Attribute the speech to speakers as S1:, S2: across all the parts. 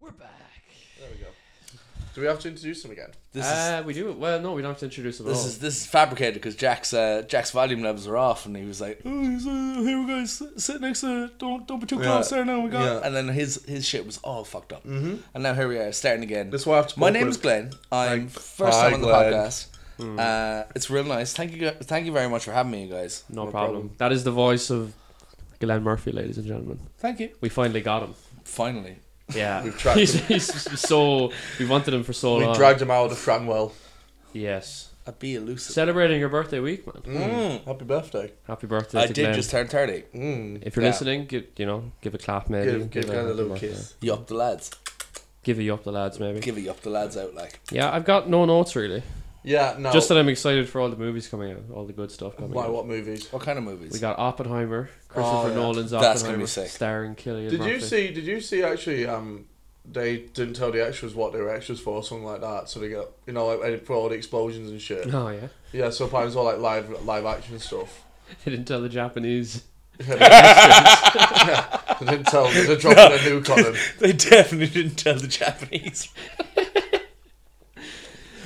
S1: We're back.
S2: There we go. Do we have to introduce him again?
S3: This
S2: Ah.
S1: uh, we do. Well, no, we don't have to introduce them
S3: is
S1: at
S3: this
S1: all.
S3: is this is fabricated because Jack's uh, Jack's volume levels are off, and he was like, "Oh, he's, uh, here guys, sit, sit next to, don't don't be too
S2: Yeah.
S3: close there now." We got,
S2: Yeah. Mm.
S3: and then his his shit was all fucked up, mm-hmm. and now here we are starting again.
S2: This will have to
S3: My
S2: cope
S3: name's
S2: with.
S3: Glenn. I'm
S2: Like,
S3: first
S2: hi,
S3: time on the
S2: Glenn. Hmm.
S3: podcast. Uh, it's real nice. Thank you, gu- thank you very much for having me, you guys.
S1: no problem. That is the voice of Glenn Murphy, ladies and gentlemen.
S3: Thank you.
S1: We finally got him.
S3: Finally,
S1: Yeah,
S2: We've tracked
S1: he's, he's so we wanted him for so
S2: We
S1: long.
S2: dragged him out of Franwell.
S1: yes,
S3: I'd be elusive.
S1: celebrating your birthday week, man.
S3: Mm.
S2: Happy birthday.
S1: Happy birthday!
S3: I
S1: to
S3: did
S1: Glenn.
S3: just turn thirty.
S2: Mm.
S1: If you're
S3: yeah.
S1: listening, give you know, give a clap maybe.
S2: Give, give Glenn a little
S1: happy
S2: kiss.
S1: birthday.
S3: You up the lads?
S1: Give you up the lads maybe.
S3: Give it up the lads out like.
S1: yeah, I've got no notes really.
S2: Yeah, no.
S1: Just that I'm excited for all the movies coming out, all the good stuff coming
S2: Why,
S1: out.
S2: what movies?
S3: What kind of movies?
S1: We got Oppenheimer, Christopher
S2: Oh, yeah.
S1: Nolan's Oppenheimer,
S3: That's gonna be sick.
S1: starring Killian
S2: Did you
S1: Murphy.
S2: see? Did you see? Actually, um, they didn't tell the extras what they were extras for, or something like that. So they got you know like, they put all the explosions and shit.
S1: Oh yeah,
S2: Yeah, so apparently it's all like live live action stuff.
S1: they didn't tell the Japanese.
S2: They didn't tell. They're dropping a nuke on him.
S3: They definitely didn't tell the Japanese.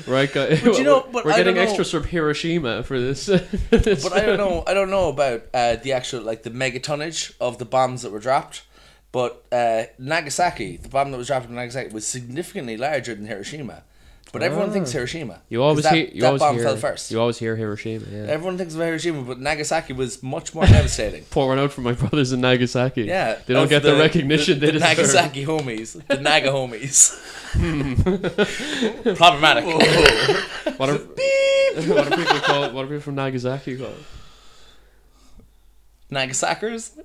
S1: Right, guys.
S3: But you know, but
S1: we're
S3: I
S1: getting
S3: don't know-
S1: extras from Hiroshima for this. for this.
S3: But I don't know. I don't know about uh, the actual like the megatonnage of the bombs that were dropped. But uh, Nagasaki, the bomb that was dropped in Nagasaki, was significantly larger than Hiroshima. But everyone thinks Hiroshima.
S1: Ah. You always
S3: 'Cause that,
S1: hear you
S3: that
S1: always
S3: bomb
S1: hear,
S3: fell first.
S1: You always hear Hiroshima. Yeah.
S3: Everyone thinks of Hiroshima, but Nagasaki was much more devastating.
S1: Pour one out for my brothers in Nagasaki.
S3: Yeah,
S1: they don't
S3: of
S1: get the, recognition
S3: the,
S1: they
S3: the
S1: deserve.
S3: Nagasaki homies, the Naga homies. Problematic.
S1: What are, what are people called? What are people from Nagasaki called?
S3: Nagasakers.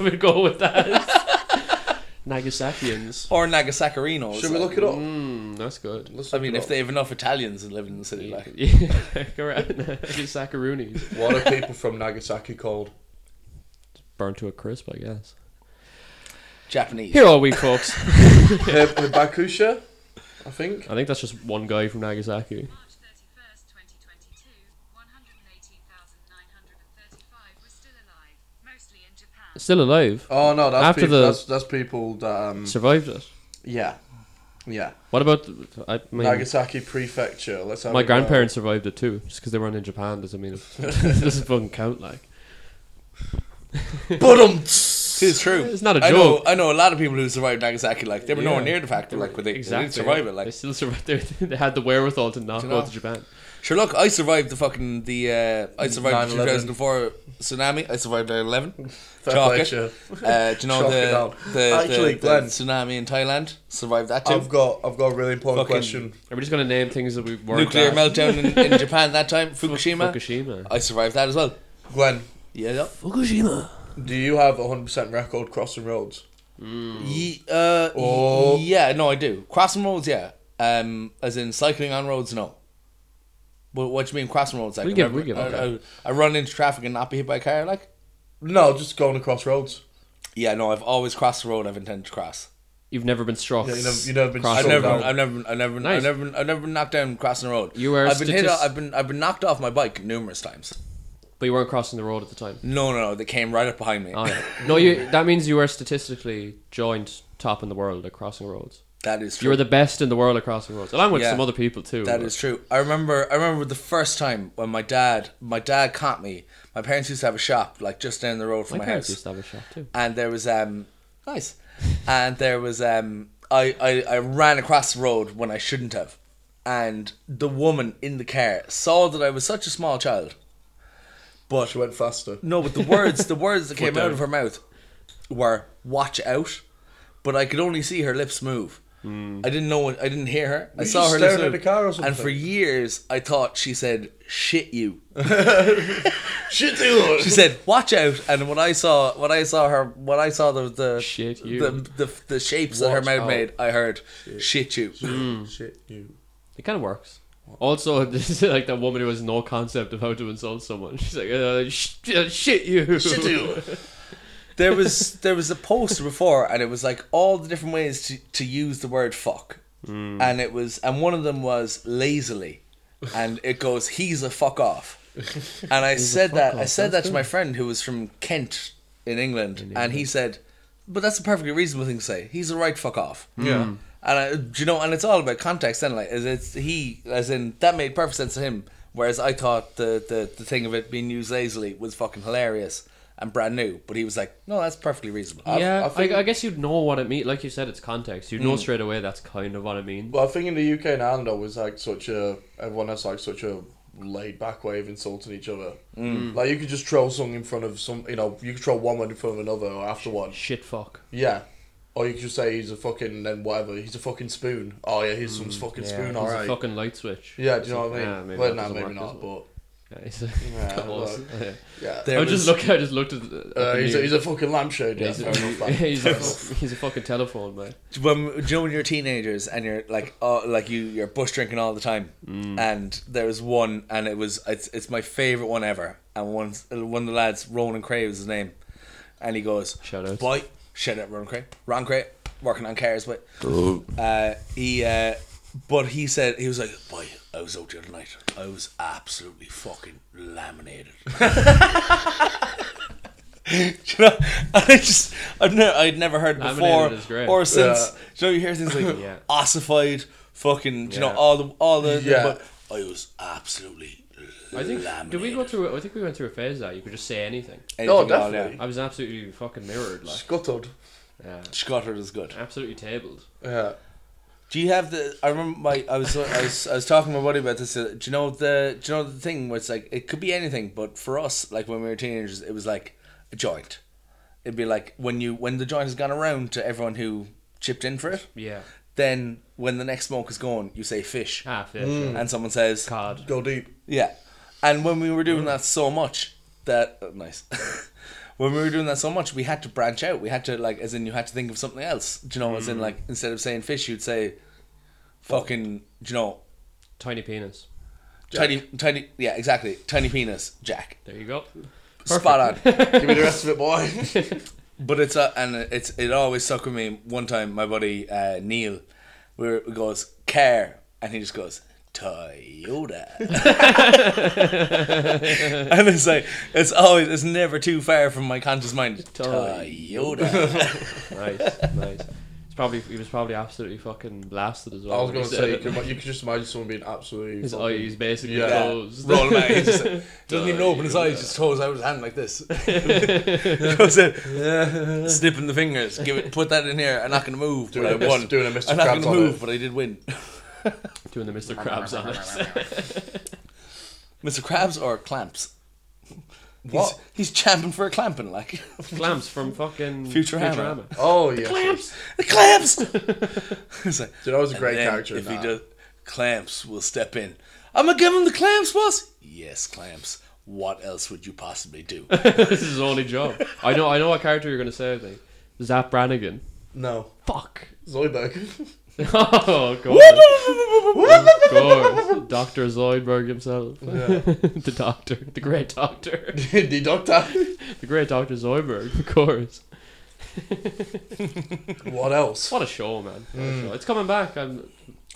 S1: we go with that. Nagasakians.
S3: or Nagasakarinos.
S2: Should we look it
S3: Oh.
S2: up?
S1: Mm, that's good.
S2: Let's
S3: I
S2: look
S3: mean,
S2: it
S3: if
S2: up.
S3: they have enough Italians living in the city, like
S1: Yeah, correct. Nagasakaroonies.
S2: what are people from Nagasaki called?
S1: Burned to a crisp, I guess.
S3: Japanese.
S1: Here all week, folks.
S2: Hib- Hibakusha, I think.
S1: I think that's just one guy from Nagasaki.
S4: March 31st, 2022, 118,935 were still alive, mostly in Japan.
S1: Still alive.
S2: Oh no, that's
S1: After
S2: people,
S1: the-
S2: that's, that's people that um
S1: Survived it.
S2: yeah, yeah.
S1: What about? the- I mean,
S2: Nagasaki Prefecture. Let's have
S1: my
S2: a go.
S1: grandparents survived it too. Just because they weren't in Japan doesn't mean it doesn't fucking count. Like
S3: But um, it's true.
S1: It's not a
S3: I know,
S1: joke.
S3: I know a lot of people who survived Nagasaki. Like they were nowhere
S1: Yeah.
S3: near the factory. Like, but they, they didn't survive it.
S1: they
S3: Like,
S1: still survived. They, they had the wherewithal to not
S3: Do you
S1: go
S3: know?
S1: to Japan.
S3: sure, look, I survived the fucking the uh, I survived the
S2: 9/11.
S3: 2004 tsunami. I survived 9/11.
S2: Fair
S3: Chalk
S2: play,
S3: it.
S2: Chef.
S3: Uh, do you know
S2: Chalk it
S3: the,
S2: out.
S3: the, the,
S2: Actually,
S3: the
S2: Glenn.
S3: tsunami in Thailand? Survived that too.
S2: I've got I've got a really important
S3: Fucking-
S2: question.
S1: Are we just gonna name things that we weren't?
S3: Nuclear
S1: at?
S3: meltdown in, in Japan that time. Fukushima.
S1: Fukushima.
S3: I survived that as well.
S2: Glenn,
S3: Yeah. yeah. Fukushima.
S2: do you have a hundred percent record crossing roads?
S3: Ye- uh,
S2: Oh.
S3: y- yeah, no, I do. Crossing roads, yeah. Um, as in cycling on roads, no. What, what do you mean crossing roads? Like,
S1: We give- we give,
S3: I,
S1: okay.
S3: I, I run into traffic and not be hit by a car, like.
S2: No, just going across roads.
S3: Yeah, no, I've always crossed the road I've intended to cross.
S1: You've never been struck.
S2: Yeah, you never- you never been
S1: Crossed
S3: I've
S2: struck
S3: never,
S2: down.
S3: been, I've never, been, I've never, been,
S1: Nice.
S3: I've never, been, I've never been knocked down crossing the road.
S1: You are
S3: I've been hit.
S1: statis-
S3: I've been, I've been knocked off my bike numerous times.
S1: But you weren't crossing the road at the time.
S3: No, no, no, they came right up behind me.
S1: Oh, yeah. No, you. That means you were statistically joined top in the world at crossing roads.
S3: that is
S1: You
S3: true.
S1: were the best in the world at crossing roads, along with
S3: Yeah.
S1: some other people too.
S3: That
S1: but-
S3: is true. I remember. I remember the first time when my dad, my dad caught me. My parents used to have a shop like just down the road from
S1: My
S3: my,
S1: parents
S3: house.
S1: used to have a shop too.
S3: and there was um nice and there was um I, I i ran across the road when i shouldn't have and the woman in the car saw that i was such a small child
S2: But she went faster.
S3: no but the words the words that came out
S1: down.
S3: of her mouth were watch out but i could only see her lips move I didn't know. What, I didn't hear her. I
S2: Hmm. you
S3: saw
S2: just
S3: her lips
S2: staring at
S3: move,
S2: the car or
S3: and for
S2: something?
S3: years I thought she said "shit you."
S2: Shit, dude.
S3: She said, "Watch out!" And when I saw when I saw her when I saw the the
S1: Shit, you.
S3: the, the, the shapes that her
S2: Watch
S3: mouth
S2: out.
S3: made, I heard shit, you.
S2: Shit, you.
S1: It kind of works. Also, this is like that woman who has no concept of how to insult someone. She's like, uh, sh- uh, shit you.
S2: Shit, you.
S3: There was there was a poster before, and it was like all the different ways to, to use the word fuck,
S1: Hmm.
S3: and it was and one of them was lazily, and it goes he's a fuck off, and I said
S1: fuck
S3: that I
S1: off,
S3: said
S1: that's
S3: that to
S1: good.
S3: my friend who was from Kent in England, and he said but that's a perfectly reasonable thing to say. He's a right fuck off.
S2: Yeah.
S3: And I, do you know, and it's all about context. Then, like, is it's he as in that made perfect sense to him. Whereas I thought the, the the thing of it being used lazily was fucking hilarious and brand new. But he was like, no, that's perfectly reasonable.
S2: I-
S1: yeah,
S2: I
S1: I,
S2: think- Mm.
S1: I, guess you'd know what it means. Like you said, it's context. You know straight away that's kind of what it means.
S2: But I think in the UK and Ireland, always like such a everyone has like such a laid back way of insulting each other. Mm. Like you could just throw something in front of some, you know, you could throw one word in front of another or after one.
S1: Shit, fuck.
S2: Yeah. Or you could just say he's a fucking then whatever. He's a fucking spoon. Oh yeah, he's some fucking
S3: yeah.
S2: spoon.
S3: He's
S2: All
S1: It's
S2: right.
S1: Mm, a fucking light switch.
S2: yeah, do you know what I mean?
S1: Yeah, maybe
S2: well,
S1: that
S2: no,
S1: doesn't
S2: maybe
S1: work, does it?
S2: not. But
S1: Yeah, it's a,
S2: Yeah,
S1: close. Yeah.
S2: yeah,
S3: There
S1: I
S3: was-
S1: just look. I just looked at. at
S2: uh,
S1: the
S2: he's, a,
S1: news.
S2: he's a fucking lampshade. Yeah,
S1: He's
S2: fair enough,
S1: a-
S2: man.
S1: he's a he's a fucking telephone man.
S3: when do you know when you're teenagers and you're like oh like you you're bush drinking all the time
S1: Mm.
S3: and there was one and it was it's it's my favorite one ever and one's one of the lads Ronan Cray was his name and he goes
S1: Shout out.
S3: boy shout out Ronan Cray Ron Cray working on cars but uh, he uh, but he said he was like boy I was out the other night I was absolutely fucking laminated Do you know and I just I've never I'd never heard
S1: Laminated
S3: before
S1: is great.
S3: or since
S2: Yeah.
S3: do you know you hear things like
S1: Yeah.
S3: ossified, fucking, do you know
S1: Yeah.
S3: all the all the
S2: Yeah.
S3: but I was absolutely.
S1: I think did we go
S3: laminated.
S1: through? I think we went through a phase that you could just say anything.
S3: Anything
S2: Oh,
S3: at all,
S2: definitely.
S3: yeah.
S1: I was absolutely fucking mirrored, like
S2: Scuttled.
S1: yeah,
S3: Scotland is good.
S1: absolutely tabled.
S2: Yeah.
S3: Do you have the? I remember my. I was. I was. I was talking to my buddy about this. uh, Do you know the? Do you know the thing where it's like it could be anything, but for us, like when we were teenagers, it was like a joint. It'd be like when you when the joint has gone around to everyone who chipped in for it.
S1: Yeah, Ah,
S3: Then when the next smoke is gone, you say fish,
S1: half it.
S2: Mm.
S3: and someone says
S1: Card.
S2: Go deep.
S3: Yeah. And when we were doing that so much, that oh, nice. when we were doing that so much, we had to branch out. We had to like, as in, you had to think of something else. Do you know? As in, like, instead of saying fish, you'd say, fucking, do you know,
S1: Tiny penis.
S3: tiny, tiny, yeah, exactly, tiny penis, Jack.
S1: There you go.
S3: Spot on.
S2: Give me the rest of it, boy.
S3: But it's uh, and it's it always stuck with me. One time, my buddy uh, Neil, where it goes car, and he just goes Toyota, and it's like it's always it's never too far from my conscious mind. Toyota.
S1: Nice, nice. It's probably he was probably absolutely fucking blasted as well.
S2: I was
S1: when he
S2: gonna
S1: said
S2: say you
S1: it.
S2: could, you could just imagine someone being absolutely.
S1: his
S2: fucking-
S1: eyes basically
S2: Yeah.
S1: closed.
S3: Roll him out. He just doesn't even open his eyes. Just throws out his hand like this. Goes out, snipping the fingers. Give it. Put that in here. I'm not gonna move.
S2: Doing
S3: but
S2: a
S3: I
S2: Mr.
S3: won.
S2: doing a Mr.
S3: I'm not
S2: Krabs
S3: gonna
S2: on
S3: move,
S2: it.
S3: but I did win.
S1: Doing the Mr. Krabs on it.
S3: Mr. Krabs or clamps?
S2: What?
S3: He's, he's champing for a clamping, like
S1: Clamps from fucking
S3: Futurama.
S2: Oh yeah.
S3: the clamps. It's like,
S2: Dude, that was a
S3: and
S2: great
S3: then
S2: character. in
S3: If he
S2: that.
S3: does, clamps will step in. I'm gonna give him the clamps, boss. Yes, clamps. What else would you possibly do?
S1: this is his only job. I know. I know what character you're gonna say. I think Zap Brannigan.
S2: No.
S1: Fuck.
S2: Zoidberg.
S1: Oh god. of course, Doctor Zoidberg himself.
S2: Yeah.
S1: the doctor, the great doctor,
S2: the Doctor.
S1: the great Doctor Zoidberg. Of course.
S2: What else?
S1: What a show, man. What a show. It's coming back. I'm.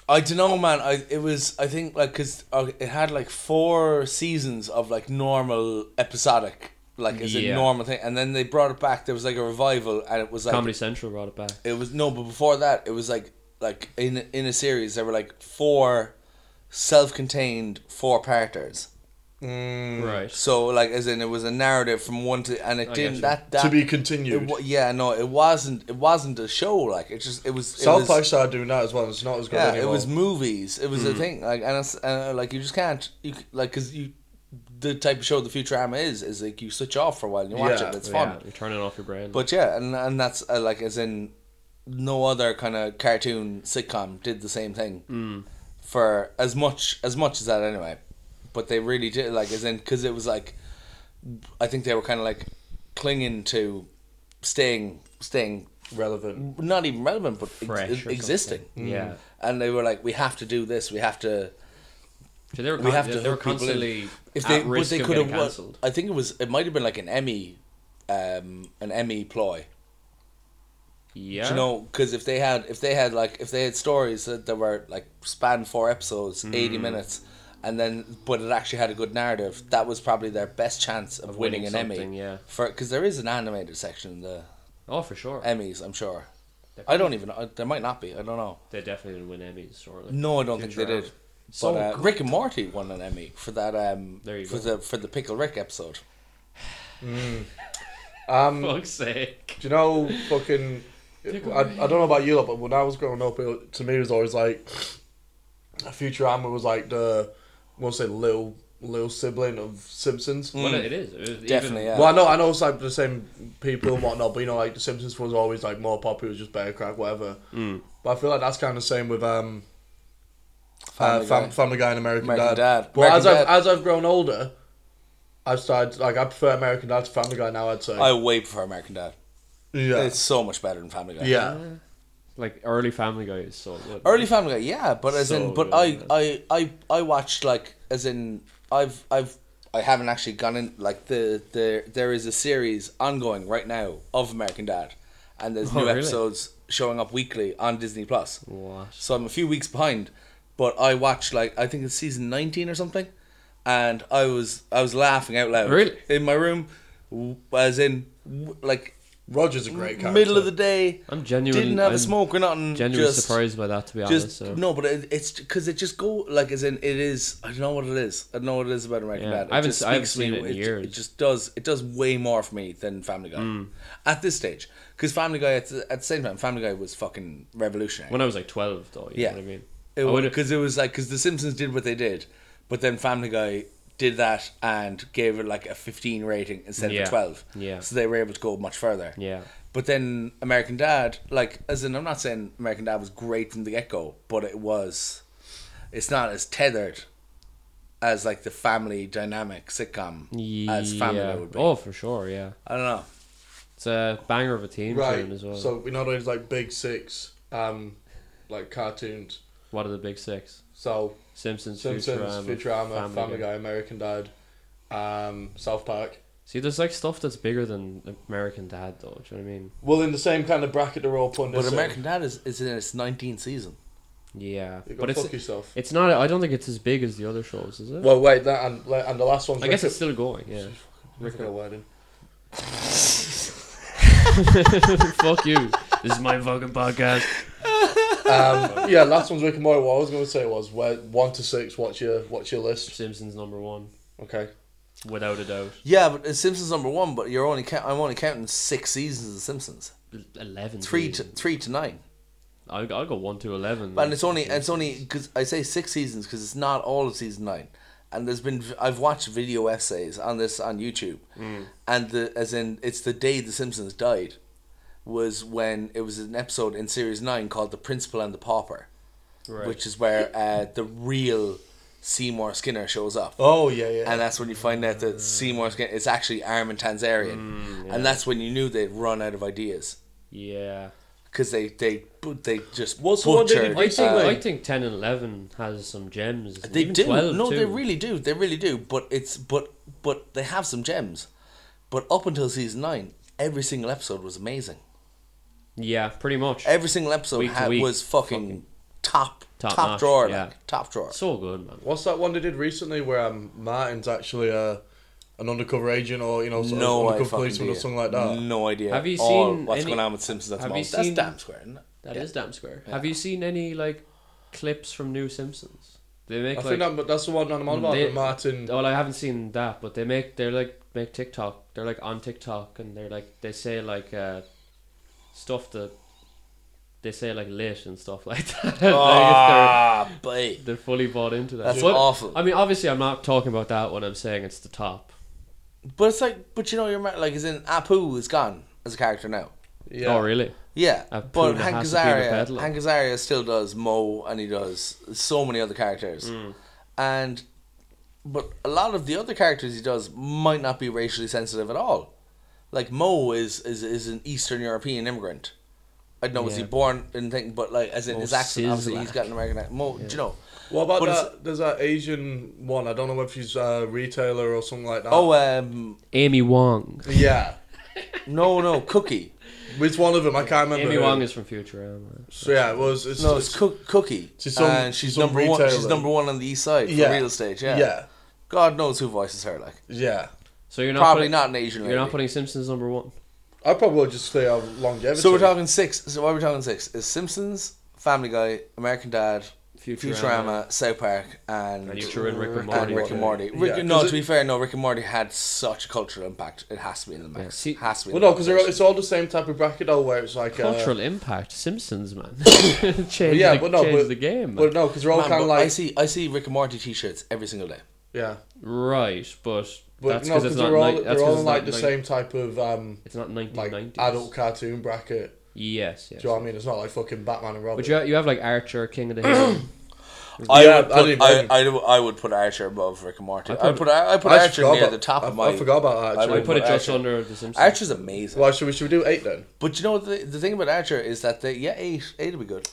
S3: I don't know, man. I it was I think like because uh, it had like four seasons of like normal episodic, like as
S1: Yeah.
S3: a normal thing, and then they brought it back. There was like a revival, and it was like
S1: Comedy Central brought it back.
S3: it was no but before that it was like like in in a series there were like four self-contained four parters
S2: Mm,
S1: Right.
S3: so like as in it was a narrative from one to and it
S1: I gotcha.
S3: didn't that that
S2: To be
S3: it,
S2: continued.
S3: wa- yeah no it wasn't it wasn't a show like it just it was it
S2: South
S3: was-
S2: Park started doing that as well. It's not as good
S3: yeah
S2: anymore.
S3: it was movies it
S1: Hmm.
S3: was a thing like and it's uh, like you just can't you c- like because you the type of show the Futurama is is like you switch off for a while and you watch
S2: Yeah,
S3: it and it's fun
S1: Yeah, you're turning off your brain.
S3: But yeah, and and that's uh, like as in no other kind of cartoon sitcom did the same thing
S1: Mm.
S3: for as much as much as that anyway. But they really did like as in because it was like I think they were kind of like clinging to staying staying
S2: relevant.
S3: not even relevant but ex-
S1: Fresh or something. Mm.
S3: existing.
S1: Yeah.
S3: And they were like, we have to do this. We have to.
S1: So they were,
S3: We have
S1: they,
S3: to
S1: they were
S3: hook people
S1: constantly
S3: in. If they,
S1: at
S3: but
S1: risk
S3: they
S1: of
S3: could
S1: getting
S3: have. won-
S1: cancelled.
S3: I think it was. It might have been like an Emmy, um, an Emmy ploy.
S1: Yeah.
S3: Do you know, because if they had, if they had like, if they had stories that, that were like span four episodes,
S1: Mm.
S3: eighty minutes, and then but it actually had a good narrative, that was probably their best chance of,
S1: Of winning
S3: winning, an Emmy.
S1: something, yeah.
S3: For because there is an animated section in the
S1: Oh, for sure.
S3: Emmys, I'm sure. I don't even. I, there might not be. I don't know.
S1: They definitely didn't win Emmys, surely.
S3: No, I don't think they
S1: Futurama.
S3: did.
S1: So
S3: but uh,
S1: good.
S3: Rick and Morty won an Emmy for that. Um,
S1: There you
S3: for
S1: go.
S3: the for the pickle Rick episode.
S2: Um,
S1: Fuck's sake.
S2: Do you know fucking? I, I don't know about you lot, but when I was growing up, it, to me it was always like Futurama was like the what's it, little little sibling of Simpsons.
S1: Well, Mm. it is. It is even-
S3: Mm. Definitely, yeah.
S2: Well, I know, I know it's like the same people and whatnot, but you know, like the Simpsons was always like more popular, it was just bear crack, whatever. Mm. But I feel like that's kind of the same with um,
S3: Family
S2: uh, fam-
S3: Guy.
S2: Family Guy and American,
S3: American Dad.
S2: But
S3: American
S2: as I've
S3: Dad.
S2: as I've grown older, I've started like I prefer American Dad to Family Guy now. I'd say.
S3: I way prefer American Dad.
S2: yeah.
S3: It's so much better than Family Guy.
S2: yeah.
S1: Like, early Family Guy is so good.
S3: Early Family Guy, yeah, but as
S1: So
S3: in, but
S1: good,
S3: I,
S1: man.
S3: I, I, I watched like as in, I've, I've, I haven't actually gone in like the the there is a series ongoing right now of American Dad, and there's
S1: Oh,
S3: new
S1: really?
S3: episodes showing up weekly on Disney Plus.
S1: What?
S3: So I'm a few weeks behind, but I watched like I think it's season 19 or something, and I was I was laughing out loud.
S1: Really?
S3: In my room, w- as in w- like
S2: Roger's a great character.
S3: middle of the day.
S1: I'm genuine-
S3: Didn't have
S1: I'm
S3: a smoke or nothing.
S1: Genuinely
S3: just-
S1: surprised by that, to be honest.
S3: just
S1: so.
S3: no, but it, it's because it just go like as in it is. I don't know what it is. I don't know what it is about American
S1: Yeah,
S3: Dad. It
S1: I haven't
S3: just
S1: s- I haven't
S3: speaks to
S1: seen
S3: me.
S1: it in
S3: It
S1: years. Mm.
S3: just does. It does way more for me than Family Guy at this stage. Because Family Guy at the, at the same time, Family Guy was fucking revolutionary.
S1: When I was like 12, though, you
S3: Yeah.
S1: know what I mean? I would've-
S3: Because it, was like because the Simpsons did what they did, but then Family Guy did that and gave it like a 15 rating instead of
S1: Yeah.
S3: a 12.
S1: Yeah.
S3: So they were able to go much further.
S1: Yeah.
S3: But then American Dad, like, as in, I'm not saying American Dad was great from the get go, but it was, it's not as tethered as like the family dynamic sitcom as Family Guy
S1: Yeah.
S3: would be.
S1: Oh, for sure, yeah.
S3: I don't know.
S1: It's a banger of a team
S2: right.
S1: tune as well.
S2: So we know there's like big six, um, like cartoons.
S1: what are the big six?
S2: So
S1: Simpsons,
S2: Simpsons,
S1: Futurama,
S2: Futurama,
S1: Family, Guy.
S2: American Dad, um, South Park.
S1: See, there's like stuff that's bigger than American Dad, though. Do you know what I mean?
S2: Well, in the same kind of bracket they're all putting
S3: But
S2: this in.
S3: American Dad is, is in its 19th season.
S1: Yeah,
S2: You go
S1: but it's
S2: fuck yourself.
S1: it's not. I don't think it's as big as the other shows, is it?
S2: Well, wait, that and, like, and the last one.
S1: I guess it's still going. Yeah.
S2: Rick and Wedding.
S1: Fuck you. This is my fucking podcast.
S2: Um, yeah, last one's Rick and Morty. What I was going to say was where one to six. What's your what's your list?
S1: Simpsons number one,
S2: Okay.
S1: without a doubt.
S3: Yeah, but it's Simpsons number one, but you're only count, I'm only counting six seasons of The Simpsons.
S1: Eleven.
S3: Three to,
S1: seasons.
S3: three to nine.
S1: I'll, I'll go one to eleven.
S3: and it's only it's only because I say six seasons because it's not all of season nine, and there's been I've watched video essays on this on YouTube,
S2: Mm.
S3: and the as in it's the day the Simpsons died, was when it was an episode in series nine called the Principal and the Pauper,
S1: Right.
S3: which is where uh, the real Seymour Skinner shows up.
S2: Oh yeah, yeah.
S3: And that's when you find out that Seymour Skinner is actually Armin Tanzarian,
S2: Mm,
S3: and that's when you knew they'd run out of ideas
S1: yeah.
S3: because they they they just
S2: Well, so what did
S3: butchered.
S2: they
S1: I think
S2: Basically-
S1: I think ten and eleven has some gems. and
S3: They
S1: even
S3: do.
S1: 12
S3: no, they
S1: too.
S3: really do. They really do. But it's but but they have some gems. But up until season nine, every single episode was amazing.
S1: Yeah, pretty much.
S3: Every single episode
S1: Week to
S3: had,
S1: week,
S3: was fucking, top
S1: top
S3: top,
S1: notch,
S3: drawer,
S1: yeah.
S3: like, top drawer.
S1: so good, man.
S2: What's that one they did recently where um, Martin's actually uh, an undercover agent or you know sort of
S3: no idea.
S2: undercover policeman or something like that?
S3: No idea.
S1: Have you
S3: all
S1: seen
S3: what's
S1: any-
S3: going on with Simpsons at the
S1: have you
S3: moment?
S1: seen-
S3: That's damn square, isn't it?
S1: That is damn square. Have you seen any like clips from New Simpsons? They make
S2: I
S1: like
S2: think that, that's the one I'm on about.
S1: Mm, They-
S2: that Martin.
S1: Well, I haven't seen that, but they make they're like make TikTok. They're like on TikTok, and they're like they say like uh, stuff that they say like lit and stuff like that. Like, if they're-
S3: Ah, but
S1: they're, fully bought into that.
S3: That's awful.
S1: I mean, obviously, I'm not talking about that when I'm saying it's the top.
S3: but it's like, but you know, you're ma- like, as in Apu is gone as a character now.
S2: Yeah.
S1: Oh, really?
S3: Yeah,
S1: A
S3: but
S1: Puna
S3: Hank
S1: has to be the
S3: Azaria,
S1: peddler.
S3: Hank Azaria still does Mo, and he does so many other characters,
S1: Mm.
S3: and but a lot of the other characters he does might not be racially sensitive at all. Like Mo is is, is an Eastern European immigrant. I don't know was he
S1: Yeah.
S3: born in thing, but like as in
S1: Mo
S3: his accent, obviously
S1: Sizlak.
S3: he's got an American accent. Mo, do you know?
S2: What about
S3: But it's-
S2: that? There's that Asian one. I don't know if she's a retailer or something like that.
S3: Oh, um,
S1: Amy Wong.
S2: yeah.
S3: no, no, Cookie.
S2: It's one of them. I can't remember.
S1: Amy
S2: who.
S1: Wong is from Futurama.
S2: So yeah, it was. It's,
S3: No, it's Cook, Cookie,
S2: She's some-
S3: and she's
S2: some
S3: number one. She's
S2: retailer.
S3: number one on the East Side for
S2: Yeah.
S3: real estate. Yeah.
S2: yeah,
S3: God knows who voices her. Like
S2: yeah.
S1: So you're not
S3: probably
S1: putting,
S3: not an Asian.
S1: You're not
S3: lady.
S1: putting Simpsons number one.
S2: I probably would just stay out of longevity.
S3: So we're talking six. So why are we talking six? Is Simpsons, Family Guy, American Dad,
S1: Futurama.
S3: Futurama, South Park, and
S1: And you threw in Rick and
S3: and
S1: Morty.
S3: Rick and Morty.
S2: Yeah,
S3: Rick,
S2: 'cause
S3: no,
S2: it-
S3: to be fair, no, Rick and Morty had such a cultural impact. It has to be in the
S1: Yeah,
S3: mix.
S1: see-
S3: has to be.
S2: Well,
S3: in the
S2: no, because
S3: mix.
S2: it's all the same type of bracket, though, where it's like. Uh,
S1: Cultural impact, Simpsons, man.
S2: but
S1: change
S2: yeah,
S1: the,
S2: but no,
S1: change
S2: but,
S1: the game.
S2: But no, because they're all
S3: Man,
S2: kind
S3: but
S2: of like.
S3: I see, I see Rick and Morty T-shirts every single day.
S2: Yeah.
S1: right, but,
S2: But
S1: that's
S2: no,
S1: because
S2: because
S1: it's not.
S2: they're all,
S1: ni- that's
S2: they're
S1: 'cause
S2: all
S1: it's
S2: in like
S1: not
S2: the
S1: ni-
S2: same type of um,
S1: It's not
S2: like
S1: 1990s.
S2: adult cartoon bracket.
S1: Yes, yes.
S2: Do you know what I mean? It's not like fucking Batman and Robin.
S1: But you have, you have like Archer, King of the Hill.
S3: I,
S2: Yeah,
S3: would
S2: I
S3: put,
S2: didn't
S3: I,
S2: even-
S3: I, do- I would put Archer above Rick and Morty. I
S1: I'd
S3: would put,
S1: put-
S3: I, would put
S2: I
S3: Archer
S2: forgot
S3: near
S2: about-
S3: the top
S2: I-
S3: of my.
S2: I forgot about Archer.
S3: I
S1: I
S3: would
S1: put it just
S3: Archer.
S1: under the Simpsons.
S3: Archer's amazing.
S2: Well, should we should we do eight then?
S3: But you know what the, the thing about Archer is that they yeah eight eight would be good.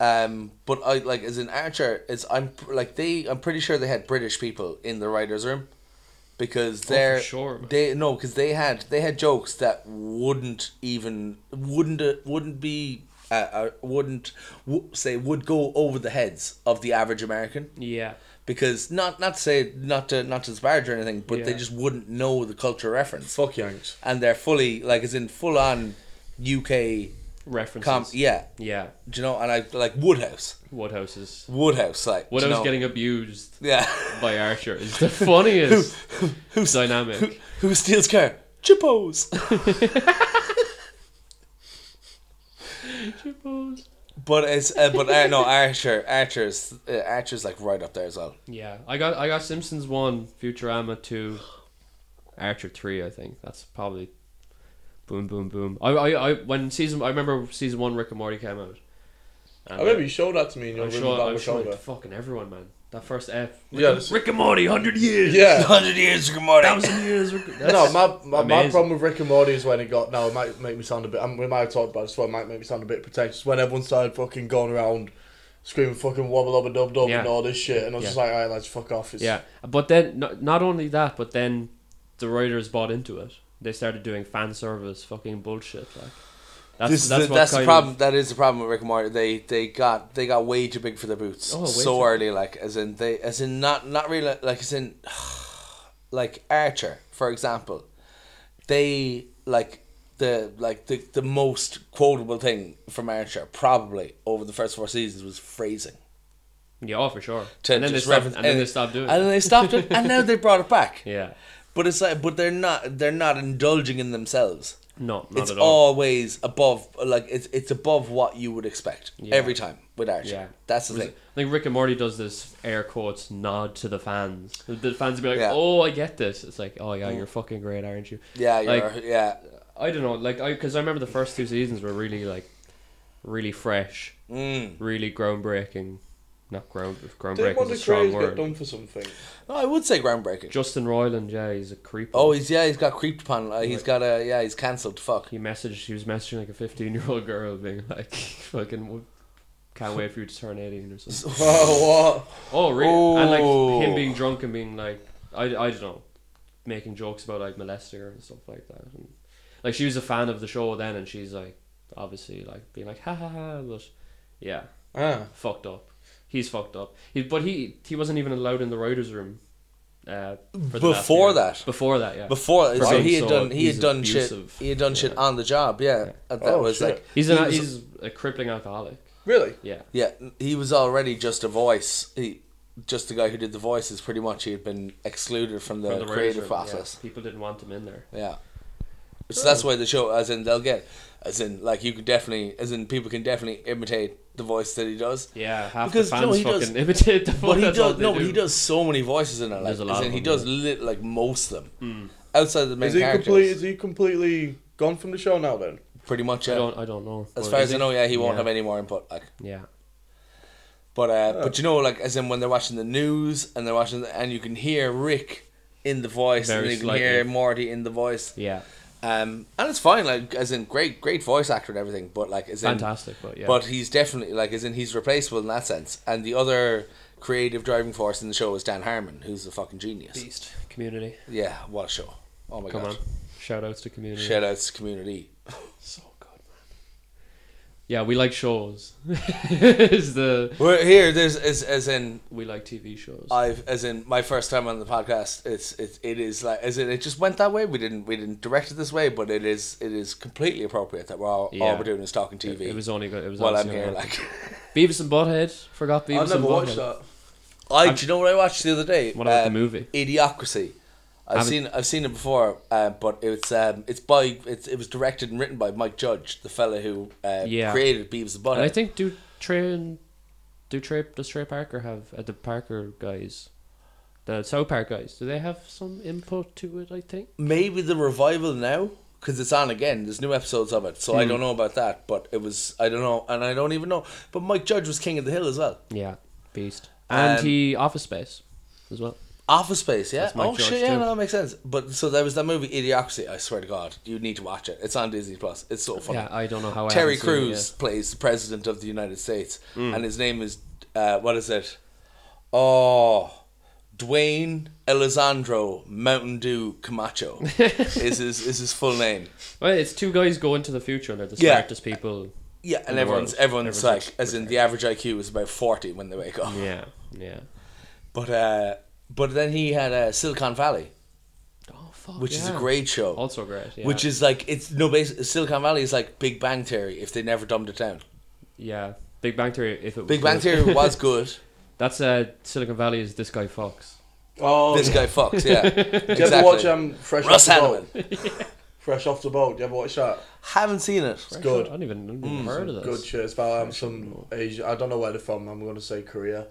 S3: Um, but I like as in Archer, it's I'm pr- like they I'm pretty sure they had British people in the writers' room because they're
S1: Oh, sure, man.
S3: they no because they had they had jokes that wouldn't even wouldn't uh, wouldn't be uh, uh wouldn't w- say would go over the heads of the average American
S1: Yeah.
S3: because not not to say not to not to disparage or anything, but they
S1: Yeah.
S3: just wouldn't know the culture reference
S2: Fuck Yanks.
S3: and they're fully like as in full on UK
S1: References.
S3: com yeah.
S1: Yeah.
S3: Do you know? And I like Woodhouse.
S1: Woodhouse is.
S3: Woodhouse, like do you
S1: Woodhouse
S3: know?
S1: getting abused
S3: yeah.
S1: by Archer is the funniest
S3: Who's
S1: dynamic.
S3: Who, who steals car? Chippos. but it's uh, but uh, no Archer. Archer's uh, Archer's like right up there as well.
S1: Yeah, I got I got Simpsons one, Futurama two, Archer three. I think that's probably boom, boom, boom. I I, I when season I remember season one Rick and Morty came out. And, uh,
S2: I remember you showed that to me in your
S1: I'm
S2: room
S1: sure
S2: about
S1: I'm sure
S2: Macaulay.
S1: it to fucking everyone, man. That first F. Rick,
S2: Yeah,
S1: and-
S2: this-
S1: Rick and Morty, hundred years.
S2: Yeah.
S3: Hundred years of Morty.
S1: thousand years. Rick-
S2: No,
S1: that's
S2: my, my, my
S1: amazing.
S2: problem with Rick and Morty is when it got. Now, it might make me sound a bit. um, we might have talked about this, but it might make me sound a bit pretentious. When everyone started fucking going around screaming fucking wobble wobble dub dub and
S1: Yeah.
S2: all this shit, and I was
S1: Yeah.
S2: just like, alright, lads, fuck off. It's,
S1: Yeah, but then not, not only that, but then the writers bought into it. They started doing fan service, fucking bullshit. Like that's
S3: This is
S1: that's
S3: the,
S1: what
S3: that's the
S1: kind
S3: problem.
S1: Of,
S3: That is the problem with Rick and Morty. They they got they got way too big for their boots
S1: Oh, way
S3: so
S1: too
S3: early. Like as in they as in not not really like as in like Archer for example. They like the like the the most quotable thing from Archer probably over the first four seasons was phrasing.
S1: yeah, oh, for sure.
S3: to
S1: and then they
S3: just
S1: stopped,
S3: reference-
S1: and then they stopped doing.
S3: And
S1: it.
S3: then they stopped it, and now they brought it back.
S1: Yeah.
S3: But it's like, but they're not, they're not indulging in themselves
S1: No, not
S3: it's
S1: at all.
S3: always above like it's it's above what you would expect
S1: Yeah.
S3: every time with Archer.
S1: Yeah.
S3: That's the
S1: Was
S3: thing.
S1: it- I think Rick and Morty does this air quotes nod to the fans. The- The fans would be like,
S3: Yeah. Mm.
S1: "Oh, I get this." It's like, "Oh yeah, you're fucking great, aren't you?"
S3: Yeah, you're,
S1: Like,
S3: yeah.
S1: I don't know, like I because I remember the first two seasons were really like, really fresh,
S3: Mm.
S1: really groundbreaking. Not ground
S2: Didn't
S1: groundbreaking is a
S2: one of the
S1: strong
S2: creators get
S1: word.
S2: done for something?
S3: No, Oh, I would say groundbreaking.
S1: Justin Roiland, yeah, he's a creep.
S3: Oh, he's yeah, he's got creeped upon. Uh, he's got a yeah, he's cancelled. Fuck.
S1: he messaged. He was messaging like a fifteen-year-old girl, being like, "Fucking, can't wait for you to turn eighteen or something."
S2: Oh, what?
S1: Oh, really? And
S3: Oh.
S1: like him being drunk and being like, I, I don't know, making jokes about like molesting her and stuff like that. And, like she was a fan of the show then, and she's like, obviously like being like, ha ha ha, but yeah,
S2: Ah.
S1: fucked up. He's fucked up. He, but he he wasn't even allowed in the writers' room. Uh, for the last
S3: Before
S1: year.
S3: that.
S1: Before that, yeah.
S3: Before
S1: For
S3: so
S1: being
S3: he had
S1: so
S3: done he had
S1: he's
S3: done
S1: abusive.
S3: shit he had done shit on the job. Yeah, Uh, that
S2: Oh,
S3: was
S2: shit.
S3: like
S1: He's
S3: he
S1: an
S3: was-
S1: he's a crippling alcoholic.
S2: Really?
S1: Yeah.
S3: yeah he was already just a voice. He just the guy who did the voices. Pretty much he had been excluded from the,
S1: From the writers'
S3: creative
S1: room, yeah.
S3: process.
S1: People didn't want him in there.
S3: Yeah. So that's why the show, as in, they'll get, as in, like you could definitely, as in, people can definitely imitate the voice that he does.
S1: Yeah, half
S3: Because,
S1: the
S3: no,
S1: fans
S3: he
S1: fucking
S3: does-
S1: imitate the.
S3: But he
S1: that's all
S3: does
S1: they
S3: no,
S1: do.
S3: but he does so many voices in it. Like,
S1: There's a lot
S3: as in,
S1: of
S3: he
S1: them,
S3: does
S1: yeah. Hmm.
S3: lit like most of them outside the main
S2: Is he
S3: characters.
S2: complete? Is he completely gone from the show now? Then
S3: Pretty much,
S1: I
S3: yeah.
S1: don't. I don't know.
S3: As
S1: But
S3: far
S1: is
S3: as I know, yeah, he won't
S1: Yeah.
S3: have any more input. Like,
S1: Yeah.
S3: but uh, but you know, like as in when they're watching the news and they're watching, the, and you can hear Rick in the voice,
S1: Very
S3: and you can
S1: slightly.
S3: hear Morty in the voice,
S1: Yeah.
S3: um, and it's fine. Like as in, great, great voice actor and everything. But like as in,
S1: Fantastic, but yeah.
S3: But he's definitely like as in he's replaceable in that sense. And the other creative driving force in the show is Dan Harmon, who's a fucking genius.
S1: Beast community.
S3: Yeah, what a show. Oh my
S1: Come
S3: god.
S1: on. Shout outs to community.
S3: Shout outs to community.
S1: So good, man. Yeah, we like shows. is the
S3: We're here. There's as as in
S1: we like TV shows.
S3: I've as in my first time on the podcast. It's it, it is like as in it just went that way. We didn't we didn't direct it this way, but it is it is completely appropriate that we're all, all
S1: Yeah.
S3: we're doing is talking TV.
S1: it, it was only good. It was
S3: while I'm
S1: obviously
S3: here,
S1: on.
S3: like
S1: Beavis and Butthead. Forgot Beavis
S2: I've
S1: and
S2: never
S1: Butthead.
S2: watched that.
S3: I do you know what I watched the other day? Um,
S1: What about the movie?
S3: Idiocracy. I've
S1: Haven't-
S3: seen I've seen it before, uh, but it's um it's by it's, it was directed and written by Mike Judge, the fella who uh,
S1: Yeah.
S3: created Beavis and Butthead.
S1: And I think do Trey and do Trey does Trey Parker have uh, the Parker guys, the South Park guys? Do they have some input to it? I think.
S3: maybe the revival now because it's on again. There's new episodes of it, so
S1: Hmm.
S3: I don't know about that. But it was I don't know, and I don't even know. But Mike Judge was King of the Hill as well.
S1: Yeah, Beast and
S3: Um,
S1: he Office Space as well.
S3: Office Space, yeah.
S1: That's Mike
S3: Oh
S1: Judge
S3: shit, yeah,
S1: too.
S3: no, that makes sense. But so there was that movie Idiocracy. I swear to God, you need to watch it. It's on Disney Plus. It's so funny.
S1: Yeah, I don't know how I
S3: Terry
S1: haven't seen it Mm.
S3: Crews plays the president of the United States, and his name is uh, what is it? Oh, Dwayne Elizandro Mountain Dew Camacho is his is his full name.
S1: yet. Well, it's two guys going to the future and they're the
S3: Yeah.
S1: smartest people.
S3: Yeah, and
S1: the
S3: everyone's
S1: world.
S3: everyone's
S1: Everyone's
S3: like, as in the average IQ is about forty when they wake up.
S1: Yeah, yeah.
S3: But uh, but then he had uh, Silicon Valley,
S1: Oh fuck.
S3: which is a
S1: yeah.
S3: great show.
S1: Also great. Yeah.
S3: Which is like it's no base. Silicon Valley is like Big Bang Theory if they never dumbed it down.
S1: yeah. Big Bang Theory. If it was
S3: Big Bang
S1: good.
S3: Theory was good.
S1: That's uh, Silicon Valley is this guy Fox.
S2: Oh,
S3: This guy fucks. Yeah,
S2: Did you ever watch
S3: exactly.
S2: um, Fresh
S3: Russ
S2: Off the
S3: Hanneman.
S2: Boat? Fresh Off the Boat. Do you ever watch that?
S3: Haven't seen it.
S1: Fresh out.
S2: good.
S1: I don't even, I don't
S3: Mm.
S1: even heard of this.
S2: Good shit. It's about um, some Asia. I don't know where they're from. I'm going to say Korea.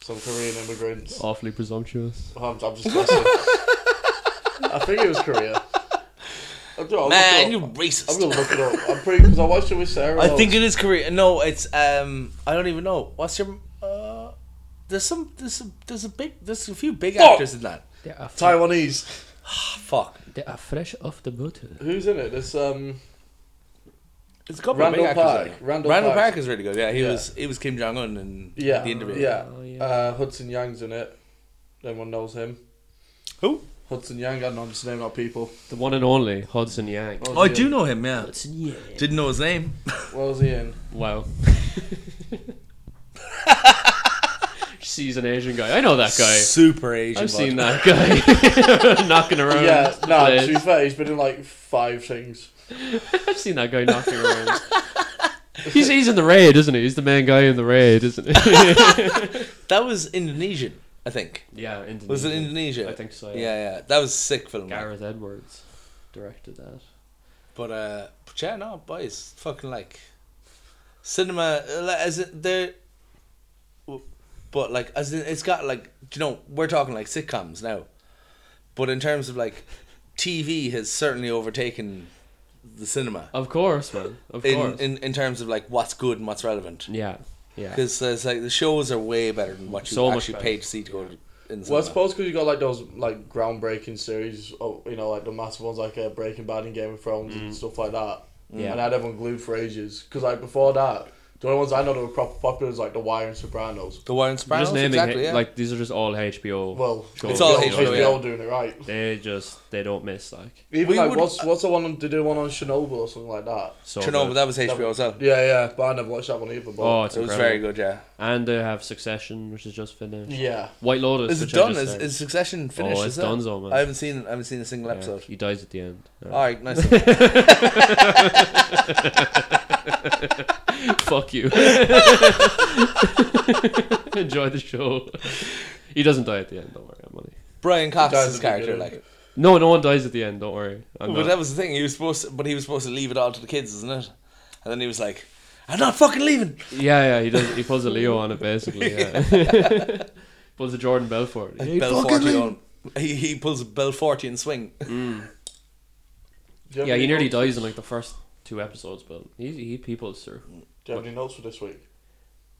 S2: Some Korean immigrants.
S3: Oh.
S2: Oh,
S1: Awfully presumptuous.
S2: I'm, I'm just guessing. I think it was Korea. I'm gonna- I'll
S3: Man, you
S2: look it up. I'm
S3: racist.
S2: gonna look it up. I'm pretty because I watched it with Sarah.
S3: I think it is Korea. No, it's um. I don't even know. What's your uh? There's some. There's some. There's a big. There's a few big
S2: Fuck.
S3: actors in that.
S1: They are, fre-
S2: Taiwanese.
S3: Fuck.
S1: they are fresh off the boat.
S2: Who's in it? This um.
S3: It's a couple
S2: Randall
S3: of big actors,
S2: Park.
S3: I know.
S2: Randall
S3: Park.
S2: Park.
S3: is really good. Yeah, he
S2: Yeah.
S3: was he was Kim Jong Un in
S2: Yeah.
S3: the interview.
S2: Yeah.
S1: Oh, yeah.
S2: Uh, Hudson Yang's in it. Everyone knows him.
S3: Who?
S2: Hudson Yang. I know I'm just naming out people.
S1: The one and only Hudson Yang.
S2: What
S3: Oh, I
S2: was he
S3: do
S2: in?
S3: know him. Yeah,
S1: Hudson Yang.
S3: didn't know his name.
S2: What was he in?
S1: Wow. She's an Asian guy. I know that guy.
S3: Super Asian.
S1: I've
S3: bud.
S1: seen that guy knocking around.
S2: Yeah, no,
S1: But
S2: to be fair, he's been in like five things.
S1: I've seen that guy knocking around. He's, he's in the raid, isn't he? He's the main guy in the raid, isn't he?
S3: That was Indonesian, I think.
S1: yeah, Indonesia.
S3: Was it Indonesia?
S1: I think so.
S3: Yeah, yeah. That was a sick film. man.
S1: Gareth Edwards directed that.
S3: But uh, but yeah, no, boys, fucking like cinema uh, like, as it there. But like as in, it's got like you know we're talking like sitcoms now, but in terms of like TV has certainly overtaken the cinema
S1: Of course, man. Of
S3: in,
S1: course.
S3: in in terms of like what's good and what's relevant
S1: yeah, yeah.
S3: because there's like the shows are way better than what you
S1: So much
S3: actually
S1: better.
S3: paid to see to go to, in the
S2: Well, I
S3: cinema.
S2: suppose because you got like those like groundbreaking series, oh, you know, like the massive ones like uh, Breaking Bad and Game of Thrones and stuff like that.
S1: Yeah.
S2: and I had everyone glued for ages. Because like before that, the only ones I know that were proper popular was like The Wire and Sopranos.
S3: the Warren
S1: We're
S3: Sopranos,
S1: just naming
S3: exactly,
S1: H-
S3: yeah.
S1: like these are just all HBO.
S2: Well,
S1: shows.
S3: It's all
S2: HBO,
S3: HBO, yeah.
S2: doing it right.
S1: They just they don't miss like
S2: Even
S3: We
S2: like
S3: would-
S2: what's what's the one on- they do one on Chernobyl or something like that.
S1: so.
S3: Chernobyl,
S1: good.
S3: that was HBO as well.
S2: Yeah, yeah, but I never watched that one either. But
S1: oh, it's
S3: it was
S1: incredible.
S3: very good, yeah.
S1: And they have Succession, which is just finished.
S2: yeah,
S1: White Lotus.
S3: Is it
S1: which
S3: done?
S1: I just
S3: Is,
S1: said.
S3: is Succession finished?
S1: Oh, it's
S3: is it?
S1: donezo, man.
S3: I haven't seen. I haven't seen a single
S1: Yeah,
S3: episode. Oh,
S1: He dies at the end. Yeah.
S3: All right, nice. one.
S1: Fuck you. Enjoy the show. He doesn't die at the end. Don't worry, I'm money.
S3: Brian
S2: Guys,
S3: Cox's
S2: we did
S3: character,
S2: it.
S3: like,
S1: No, no one dies at the end. Don't worry. I'm
S3: but
S1: not-
S3: that was the thing. He was supposed, to, but he was supposed to leave it all to the kids, isn't it? And then he was like, "I'm not fucking leaving."
S1: Yeah, yeah. He does. He pulls a Leo on it basically. Yeah. pulls a Jordan Belfort. Hey, fucking Leo.
S3: Belfortian. He, he pulls a Belfortian swing.
S2: Do you have
S1: Mm. Yeah,
S2: any
S1: he nearly
S2: notes-
S1: dies in like the first two episodes, but he he peoples through.
S2: Do you have any notes for this week?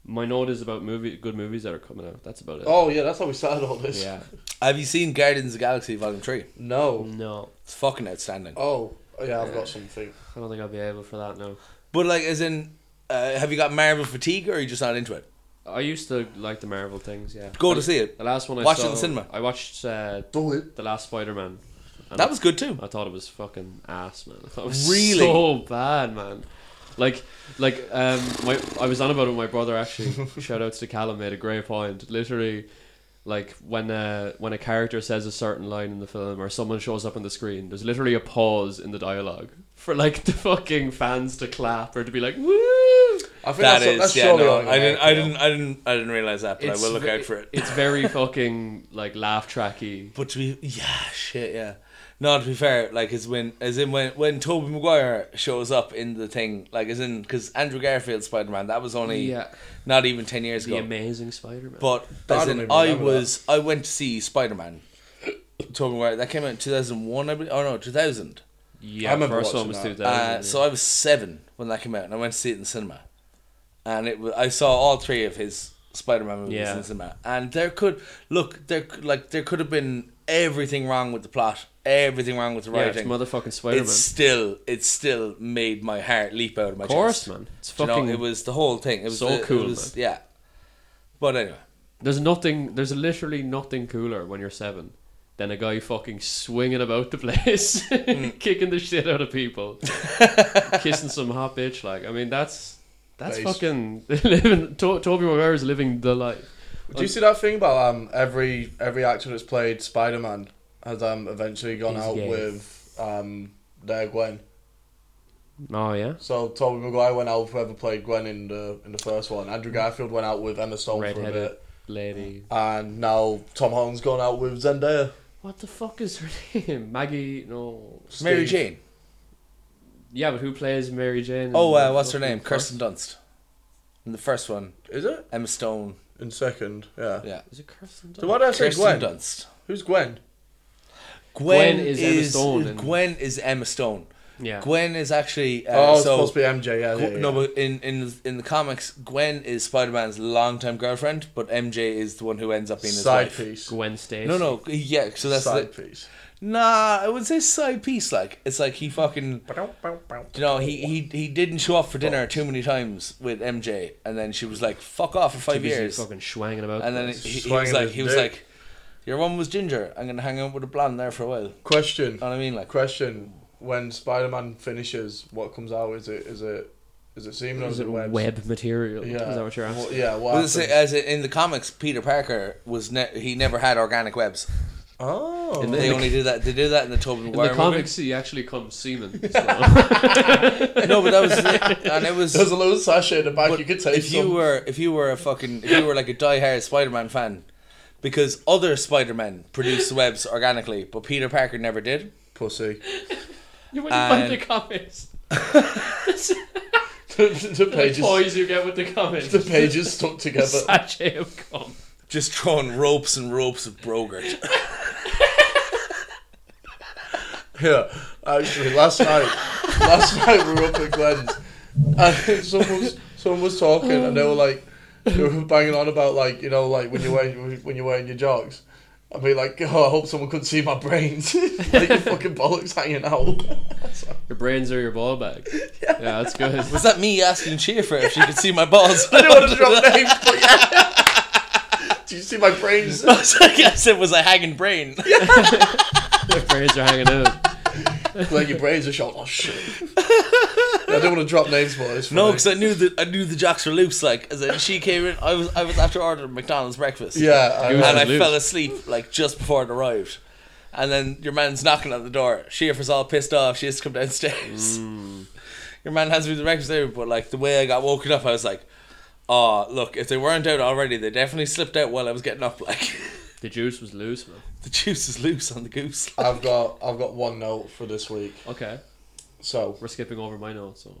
S1: My note is about movie good movies that are coming out. That's about it.
S2: Oh yeah, that's how we started all this.
S1: yeah.
S3: Have you seen Guardians of the Galaxy Volume Three?
S2: No.
S1: No,
S3: It's fucking outstanding.
S2: Oh yeah, I've got something.
S1: I don't think I'll be able for that now.
S3: But like, as in, uh, have you got Marvel fatigue, or are you just not into it?
S1: I used to like the Marvel things. Yeah.
S3: Go to see it.
S1: The last one I
S3: Watch it
S1: saw,
S3: in the cinema.
S1: I watched uh, the last Spider Man.
S3: That was good too.
S1: I thought it was fucking ass, man. I thought it was
S3: Really?
S1: so bad, man. Like, like um, my I was on about it with my brother actually. Shout outs to Callum made a great point. Literally, like when uh when a character says a certain line in the film or someone shows up on the screen, there's literally a pause in the dialogue for like the fucking fans to clap or to be like woo.
S2: I think
S3: That
S2: that's,
S3: is,
S2: that's
S3: yeah,
S2: surely
S3: no,
S2: on
S3: I didn't, I
S2: America,
S3: didn't, I didn't, I didn't realize that, but I will look
S1: ve-
S3: out for it.
S1: It's very fucking like laugh tracky.
S3: But to be yeah, shit, yeah. No, to be fair, like as when as in when when Toby Maguire shows up in the thing, like as in because Andrew Garfield's Spider Man, that was only
S1: Yeah.
S3: not even ten years
S1: The
S3: ago.
S1: Amazing Spider-Man.
S3: But
S2: I
S3: as
S2: don't
S3: in,
S2: even
S3: I
S2: remember
S3: was I went to see Spider Man, Toby Maguire. That came out in two thousand one, I believe. Oh no, two thousand.
S1: yeah,
S2: I remember
S1: first one
S2: watching
S1: was
S2: that.
S1: 2000.
S3: Uh, so I was seven when that came out, and I went to see it in the cinema. And it was, I saw all three of his Spider-Man movies
S1: Yeah.
S3: in the cinema, and there could look there c- like there could have been everything wrong with the plot, everything wrong with the
S1: yeah, it's
S3: writing.
S1: motherfucking Spider-Man.
S3: it's still it still made my heart leap out of my
S1: of course,
S3: chest.
S1: man. It's
S3: Do you know,
S1: fucking.
S3: it was the whole thing. It was
S1: so
S3: the- it
S1: cool,
S3: was- Yeah, but anyway,
S1: There's nothing. There's literally nothing cooler when you're seven than a guy fucking swinging about the place, kicking the shit out of people, kissing some hot bitch. Like, I mean, that's that's
S2: Nice.
S1: fucking living. To- Toby Maguire is living the life.
S2: Do you see that thing about um every every actor that's played Spider Man has um eventually gone
S1: He's
S2: out
S1: gay.
S2: with um their Gwen.
S1: Oh yeah,
S2: So Tobey Maguire went out with whoever played Gwen in the in the first one. Andrew Garfield went out with Emma Stone for a
S1: redheaded
S2: bit,
S1: lady.
S2: and now Tom Holland's gone out with Zendaya.
S1: What the fuck is her name? Maggie? No.
S3: Mary
S2: Steve.
S3: Jane.
S1: Yeah, but who plays Mary Jane? in
S3: Oh, uh,
S1: the
S3: what's her
S1: fucking
S3: name?
S1: first-
S3: Kirsten Dunst. In the first one,
S2: Is it
S3: Emma Stone.
S2: in second? Yeah.
S3: Yeah,
S1: Is it Kirsten? Dunst?
S2: So why did I say
S3: Kirsten
S2: Gwen?
S3: Dunst.
S2: Who's Gwen?
S3: Gwen,
S1: Gwen is
S3: is,
S1: Emma Stone in-
S3: Gwen is Emma Stone.
S1: Yeah.
S3: Gwen is actually. Uh,
S2: oh, it's
S3: so,
S2: supposed to be MJ. Yeah, yeah,
S3: Gw-
S2: yeah.
S3: No, but in, in in the comics, Gwen is Spider Man's longtime girlfriend, but MJ is the one who ends up being his
S2: side
S3: wife.
S2: piece.
S1: Gwen Stacy.
S3: No, no, yeah. So that's
S2: side
S3: the,
S2: piece.
S3: nah. I would say side piece. Like it's like he fucking. You know, he, he he didn't show up for dinner too many times with MJ, and then she was like, "Fuck off for
S1: Too
S3: five
S1: busy
S3: years,"
S1: Fucking swanging about.
S3: and then
S1: the place.
S3: he, he
S2: Swinging
S3: was like,
S2: his
S3: he was
S2: dick.
S3: like, "Your one was ginger. I'm gonna hang out with a blonde there for a while." You
S2: Question.
S3: know what I mean? Like,
S2: Question: When Spider-Man finishes, what comes out? Is it is it is it semen or
S1: Is
S2: is
S1: it
S2: it webs?
S1: web material?
S2: Yeah.
S1: Is that what you're asking?
S2: What- yeah. What
S3: Well, this
S2: happens?
S3: is- as in, in the comics, Peter Parker was ne- he never had organic webs.
S2: oh.
S1: In the-
S3: They only did that. They did that in the Tobey
S1: In
S3: Maguire
S1: the comics, he actually comes semen. so-
S3: movie. No, but that was it. and it was.
S2: There's a little sachet in the back.
S3: but
S2: you could taste
S3: if you
S2: some.
S3: were if you were a fucking if you were like a diehard Spider-Man fan, because other Spider-Men produced webs organically, but Peter Parker never did.
S2: pussy.
S1: when you
S3: And-
S1: find the comics,
S2: the
S1: the
S2: pages.
S1: toys you get with the comics.
S2: The pages
S1: A
S2: stuck together.
S1: sachet of cum.
S3: Just throwing ropes and ropes of Brogert.
S2: Yeah, actually, last night, last night we were up at Glenn's, and someone was, someone was talking, and they were like, they were banging on about like you know like when you're wearing when you're wearing your jogs. I'd be like, oh, I hope someone couldn't see my brains, like your fucking bollocks hanging out.
S1: Your brains are your ball bag. Yeah, that's good.
S3: Was that me asking Schaefer if she could see my balls? I
S2: I don't want to drop names, but yeah. Do you see my brains?
S3: was like, I said, was I hanging brain?
S1: Your brains are hanging out.
S2: Like your brains are shot. Oh shit! I don't want to drop names, but it's
S3: No,
S2: funny.
S3: because I knew that I knew the jocks were loose. Like, as in she came in, I was I was after ordering McDonald's breakfast.
S2: yeah, I,
S1: You-
S3: and I
S1: Loose.
S3: fell asleep like just before it arrived. And then your man's knocking on the door. Schaefer's all pissed off. She has to come downstairs.
S2: Mm.
S3: Your man hands me the breakfast there, but like the way I got woken up, I was like, "Oh, look! If they weren't out already, they definitely slipped out while I was getting up. Like,
S1: The juice was loose, man.
S3: the juice is loose on the goose."
S2: I've got I've got one note for this week.
S1: Okay,
S2: So
S1: we're skipping over my notes. So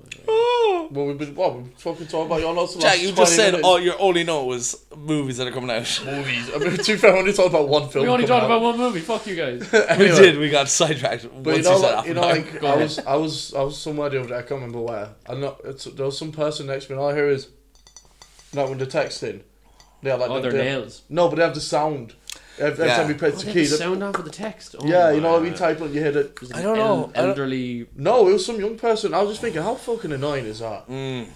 S2: Well, we've been, well, we've fucking talking about your lots of
S3: Jack, you just said oh, all your only note was movies that are coming out.
S2: movies. I mean, two fair, we only talked about one film.
S1: we only
S2: coming
S1: talked about
S2: out.
S1: one movie. Fuck you guys.
S3: We
S2: Anyway,
S3: did. We got sidetracked.
S2: But
S3: once
S2: you know,
S3: you said
S2: like, you know,
S3: Oppenheimer.
S2: like I was, I was, I was somewhere the other day. I can't remember where. I know it's, there was some person next to me. and All I hear is, like when they're texting, they have like
S1: Oh,
S2: the-
S1: their
S2: they-
S1: nails.
S2: No, but they have the sound. Every, every
S3: Yeah.
S2: time you press
S1: Oh,
S2: the
S1: they
S2: key,
S1: have the
S2: they-
S1: sound off of the text. Oh
S2: yeah, you know,
S1: my.
S2: you type it, you hear it.
S1: There's
S3: I
S1: an
S3: don't know. I don't-
S1: elderly,
S2: No, it was some young person. I was just thinking, how fucking annoying is that?
S3: Mm.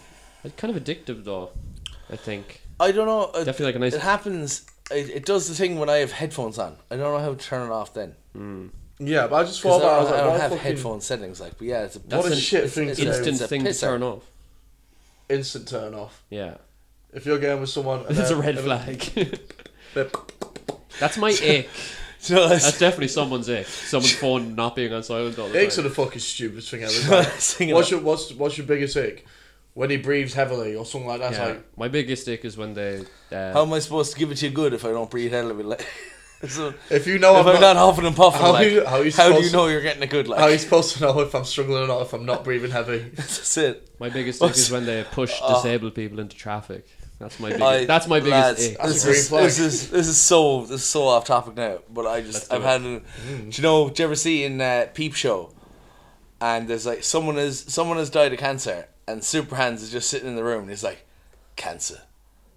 S1: kind of addictive though. I think.
S3: I don't know.
S2: uh,
S3: It,
S1: Definitely like a nice-
S3: It happens. It, it does the thing when I have headphones on. I don't know how to turn it off then.
S2: Yeah, but I just thought
S3: 'Cause
S2: about.
S3: I
S2: it, I
S3: don't,
S2: was
S3: I
S2: like,
S3: don't
S2: uh, why
S3: have
S2: fucking-
S3: headphone settings. Like, but yeah, it's a,
S2: What
S1: That's
S2: a
S1: an
S2: shit thing
S3: it's
S2: to
S3: an
S2: do.
S1: Instant
S3: a
S1: thing to
S3: pisser.
S1: turn off.
S2: instant turn off.
S1: Yeah.
S2: If you're going with someone, and
S1: It's a
S2: they're-
S1: red
S2: and
S1: flag.
S2: they're-
S1: That's my ick.
S3: So let's-
S1: That's definitely someone's ick. Someone's phone not being on silent all the
S2: Icks are
S1: time.
S2: the fucking stupidest thing
S3: so
S2: ever.
S3: let's sing it
S2: what's
S3: up.
S2: your what's what's your biggest ick? When he breathes heavily or something like that. It's
S1: yeah.
S2: like
S1: my biggest ick is when they. Uh,
S3: How am I supposed to give it to you good if I don't breathe heavily? Like, so,
S2: if you know
S3: if
S2: I'm,
S3: I'm
S2: not,
S3: not huffing and puffing,
S2: How
S3: like,
S2: you- how you
S3: how do you
S2: supposed-
S3: know you're getting a good? Like,
S2: how are you supposed to know if I'm struggling or not if I'm not breathing heavy?
S3: that's it.
S1: my biggest ick is when they push disabled people into traffic. That's my biggest.
S3: Oh. I-
S1: that's my biggest
S3: lads,
S1: ick.
S2: That's
S3: This
S2: a green
S3: is,
S2: flag.
S3: this is this is so this is so off topic now, but I just
S1: do
S3: I've
S1: it.
S3: had. A, Do you know? Do you ever see in uh, Peep Show? And there's like someone is someone has died of cancer, and Superhands is just sitting in the room, and he's like, "Cancer,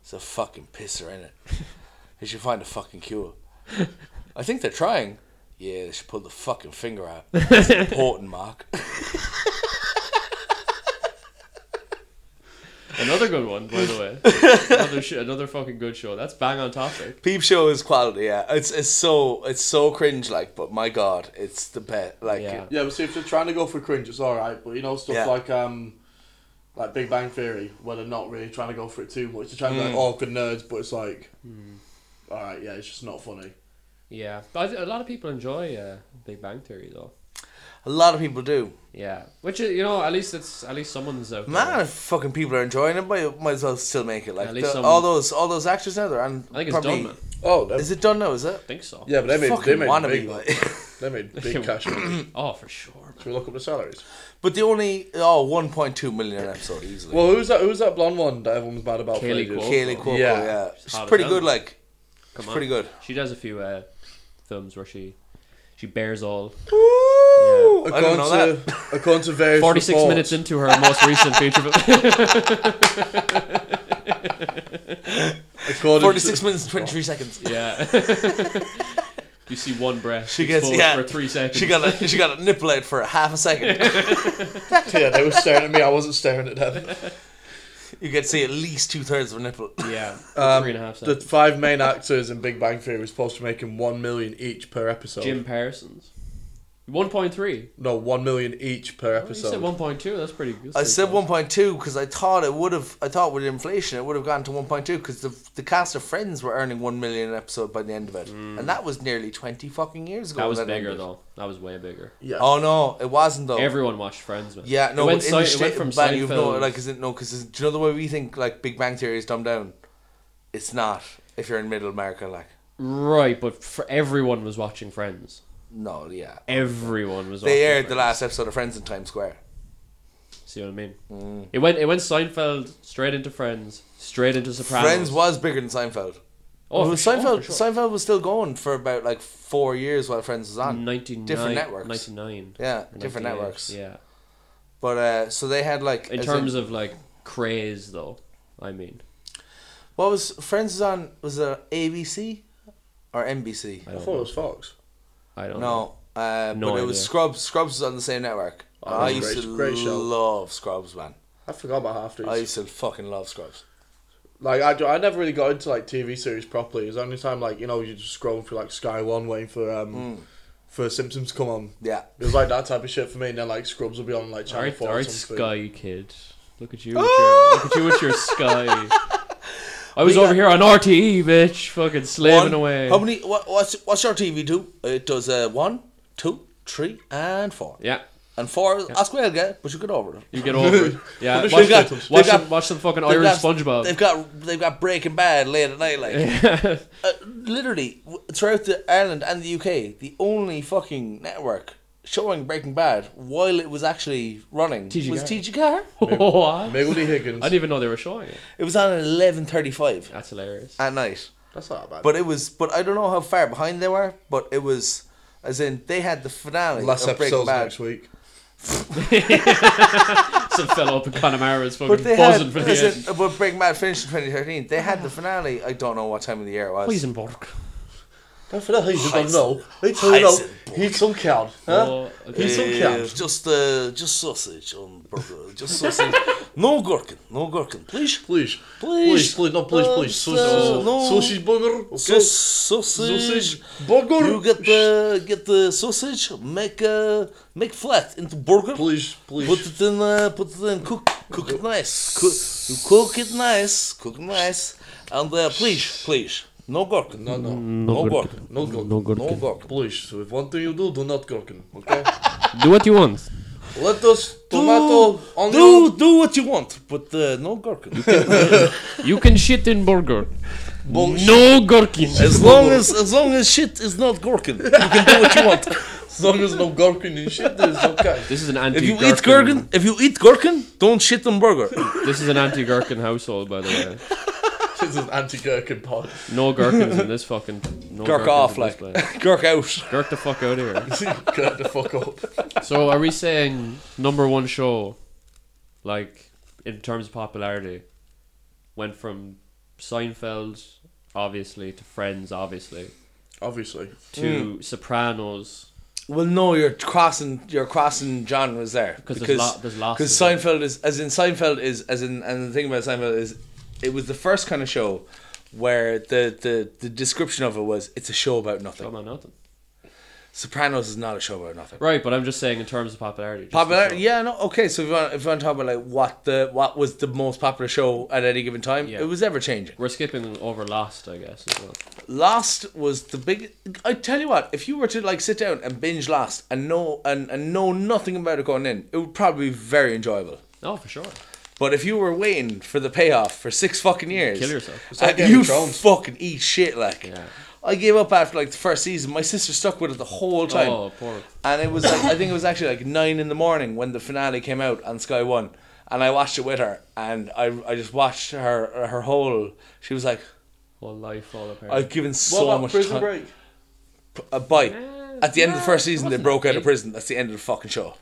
S3: it's a fucking pisser in it. They should find a fucking cure. I think they're trying. Yeah, they should pull the fucking finger out. It's important, Mark.
S1: Another good one, by the way. another, sh- another fucking good show. That's bang on topic.
S3: Peep Show is quality. Yeah, it's it's so it's so cringe like, but my god, it's the best. Like,
S1: Yeah.
S2: Yeah, but see, if they're trying to go for cringe, it's all right. But you know, stuff
S3: Yeah.
S2: like um, like Big Bang Theory, where they're not really trying to go for it too much. They're trying to be like
S3: Hmm.
S2: awkward nerds, but it's like, all right, yeah, it's just not funny.
S1: Yeah, but I- a lot of people enjoy uh, Big Bang Theory though.
S3: a lot of people do.
S1: Yeah, which uh, you know, at least it's at least someone's out there.
S3: Man, if fucking people are enjoying it, might, might as well still make it. Like
S1: At least
S3: the-
S1: some-
S3: all those all those actors now, they're on.
S1: I think it's done, man.
S2: Oh, they,
S3: Is it done now? Is it?
S1: I think so.
S2: yeah, but they made they
S3: fucking
S2: made
S3: wannabe.
S2: big
S3: Like.
S2: they made big cash. Should
S1: Oh, for sure.
S2: we look up the salaries?
S3: but the only oh 1.2 million an episode easily.
S2: Well, who's that? Who's that blonde one that everyone's mad about? for
S1: Kaylee
S2: ages?
S1: Cuoco.
S3: Kaylee Cuoco, yeah,
S2: Yeah.
S3: she's
S1: Hot as
S3: pretty
S1: hell.
S3: good. Like,
S1: Come
S3: pretty good.
S1: She does a few uh, films where she she bears all.
S3: Woo! I
S2: According
S3: don't know that.
S2: to according to various
S1: Forty six
S2: reports-
S1: minutes into her most recent feature film.
S2: according to-
S3: 46 minutes and 23 seconds.
S1: yeah. you see one breath.
S3: She gets
S1: exposed
S3: yeah.
S1: for three seconds.
S3: She got a, she got a nipple out for half a second.
S2: Yeah, they were staring at me. I wasn't staring at them.
S3: you get to see at least two thirds of a nipple.
S1: yeah. for
S3: um,
S1: three and a half
S2: The
S1: seconds.
S2: five main actors in Big Bang Theory were supposed to make him one million each per episode.
S1: Jim Parsons. One point three.
S2: No, one million each per
S1: You
S2: episode.
S1: said one point two. That's pretty good.
S3: I said 1.2 because I thought it would have. I thought with inflation it would have gone to 1.2 because the the cast of Friends were earning one million an episode by the end of it, and that was nearly 20 fucking years ago.
S1: Mm. That was
S3: when
S1: bigger
S3: ended.
S1: though. That was way bigger.
S2: yeah.
S3: Oh no, it wasn't though.
S1: Everyone watched Friends, man.
S3: yeah, no,
S1: It went,
S3: but
S1: si-
S3: in the
S1: it
S3: straight
S1: went from
S3: man, you've no,
S1: Seinfeld-
S3: like is it no? Because do you know the way we think like Big Bang Theory is dumbed down? It's not. If you're in Middle America, like
S1: Right, but for everyone was watching Friends.
S3: no, yeah,
S1: Everyone was.
S3: they
S1: watching
S3: aired the
S1: Friends.
S3: last episode of Friends in Times Square.
S1: See what I mean?
S3: Mm.
S1: It went. It went Seinfeld straight into Friends, straight into Sopranos.
S3: Friends was bigger than Seinfeld.
S1: Oh,
S3: Well,
S1: for sure,
S3: Seinfeld,
S1: for sure.
S3: Seinfeld was still going for about like four years while Friends was on.
S1: 99,
S3: different networks.
S1: 99.
S3: Yeah, different
S1: 98,
S3: networks.
S1: Yeah.
S3: But uh, so they had like
S1: In
S3: as
S1: terms of like craze, though, I mean,
S3: what was Friends was on was it ABC or NBC?
S1: I
S2: I
S1: don't,
S2: thought it
S1: know.
S2: was Fox.
S1: I don't know.
S3: No, uh,
S1: No
S3: but it
S1: idea.
S3: was Scrubs. Scrubs was on the same network.
S2: Oh,
S3: I
S2: great-
S3: used to
S2: great show.
S3: love Scrubs, man.
S2: I forgot about half these.
S3: I used to fucking love Scrubs.
S2: like I, do- I never really got into like TV series properly. It was the only time like you know you're just scrolling through like Sky One waiting for um
S3: Hmm.
S2: for Simpsons to come on.
S3: Yeah,
S2: It was like that type of shit for me. And then like Scrubs will be on like Channel
S1: All right,
S2: Four
S1: all
S2: or
S1: right,
S2: something.
S1: Sky kid. Look at you. With your, look at you with your Sky. I was
S3: We
S1: over
S3: got-
S1: here on RTE, bitch, fucking slaving
S3: One-
S1: away.
S3: How many? What, what's what's your TV do? It does uh, one, two, three, and four.
S1: Yeah.
S3: And four is ask well, yeah, but you get over it.
S1: You get over it. Yeah,
S3: They've
S1: watch,
S3: got-
S1: them,
S3: they've
S1: watch,
S3: got-
S1: them, watch some fucking
S3: They've
S1: Irish
S3: got-
S1: SpongeBob.
S3: They've got they've got Breaking Bad late at night, like. uh, literally w- throughout the Ireland and the UK, the only fucking network showing Breaking Bad while it was actually running
S1: TG
S3: was
S1: Car.
S3: TG Car.
S1: What? I
S2: Miggledy Higgins.
S1: didn't even know they were showing it.
S3: It was on at eleven thirty-five
S1: That's hilarious.
S3: at night.
S2: That's not that bad.
S3: But it was, but I don't know how far behind they were. But it was, as in they had the finale
S2: last
S3: of Breaking
S2: episode's
S3: Bad.
S2: next week.
S1: Some fellow up in Connemara is fucking
S3: But they
S1: buzzing
S3: had,
S1: for
S3: as
S1: the
S3: in,
S1: end.
S3: but Breaking Bad finished in twenty thirteen. They had the finale. I don't know what time of the year it was.
S1: Heisenberg.
S2: Don't feel like he's don't
S3: Heisen-
S2: know. He don't know.
S3: Heisenberg.
S2: He don't count. Huh?
S1: Oh,
S2: He
S1: okay.
S2: don't
S3: Yeah,
S2: count.
S3: just uh, just sausage on burger. Just sausage. no gherkin. No gherkin, please.
S2: Please,
S3: Please.
S2: please, please, no, please,
S3: Uh,
S2: please.
S3: so-
S2: Sausage,
S3: no.
S2: sausage burger, okay.
S3: Sus- sausage.
S2: Sausage burger.
S3: You get the get the sausage. Make uh, make flat into burger.
S2: Please, please.
S3: Put it in. Uh, put it in. Cook. cook it nice, cook, you cook it nice, cook it nice, and uh, please, please, no gherkin,
S2: No, no.
S3: Mm, no gherkin.
S2: No gherkin.
S1: No
S2: No
S1: gherkin.
S2: gherkin. Please, so if one thing you do, do not gherkin, okay?
S1: Do what you want.
S2: Lettuce,
S3: Do-
S2: tomato, onion.
S3: Do do what you want, but uh, no gherkin.
S1: You can shit in burger. No gherkin.
S3: As long as as long as shit is not gherkin, you can do what you want.
S2: As long as no gherkin and shit, there is okay.
S1: This is an anti.
S3: If you eat gherkin, if you eat gherkin, don't shit on burger.
S1: This is an anti gherkin household, by the way.
S2: This is an anti-gherkin pod.
S1: No gherkins in this fucking. No
S3: Gherk
S1: gherkins
S3: off,
S1: in this
S3: like
S1: place.
S3: gherk out.
S1: Gherk the fuck out of here.
S2: Get the fuck up.
S1: So are we saying number one show, like in terms of popularity, went from Seinfeld, obviously, to Friends, obviously,
S2: Obviously.
S1: to Sopranos.
S3: Well, no, you're crossing you're crossing genres there
S1: 'Cause there's
S3: because
S1: lo- there's lots
S3: because
S1: of them.
S3: Seinfeld is as in Seinfeld is as in and the thing about Seinfeld is it was the first kind of show where the the, the description of it was it's a show about nothing.
S1: Come on, nothing.
S3: Sopranos is not a show about nothing.
S1: Right, but I'm just saying in terms of popularity. just the
S3: Popular,
S1: show.
S3: yeah, no, okay. So if you want, if you want to talk about like what the what was the most popular show at any given time,
S1: Yeah.
S3: it was ever changing.
S1: We're skipping over Lost, I guess. As well.
S3: Lost was the big. I tell you what, if you were to like sit down and binge Lost and know and, and know nothing about it going in, it would probably be very enjoyable.
S1: No, Oh, for sure.
S3: But if you were waiting for the payoff for six fucking years,
S1: Kill yourself.
S2: It's like
S3: and
S2: Game
S3: you
S2: of Thrones.
S3: fucking eat shit like.
S1: Yeah.
S3: I gave up after like the first season. My sister stuck with it the whole time,
S1: Oh, poor.
S3: and it was like I think it was actually like nine in the morning when the finale came out on Sky One, and I watched it with her, and I I just watched her her whole. She was like,
S1: Whole life, all apart.
S3: I've given
S2: What
S3: so
S2: about
S3: much
S2: Prison
S3: time.
S2: Break?
S3: a bite.
S1: Yeah,
S3: At the end of the first
S1: yeah, it
S3: season, they
S1: wasn't
S3: broke
S1: that
S3: out of
S1: big.
S3: prison. That's the end of the fucking show.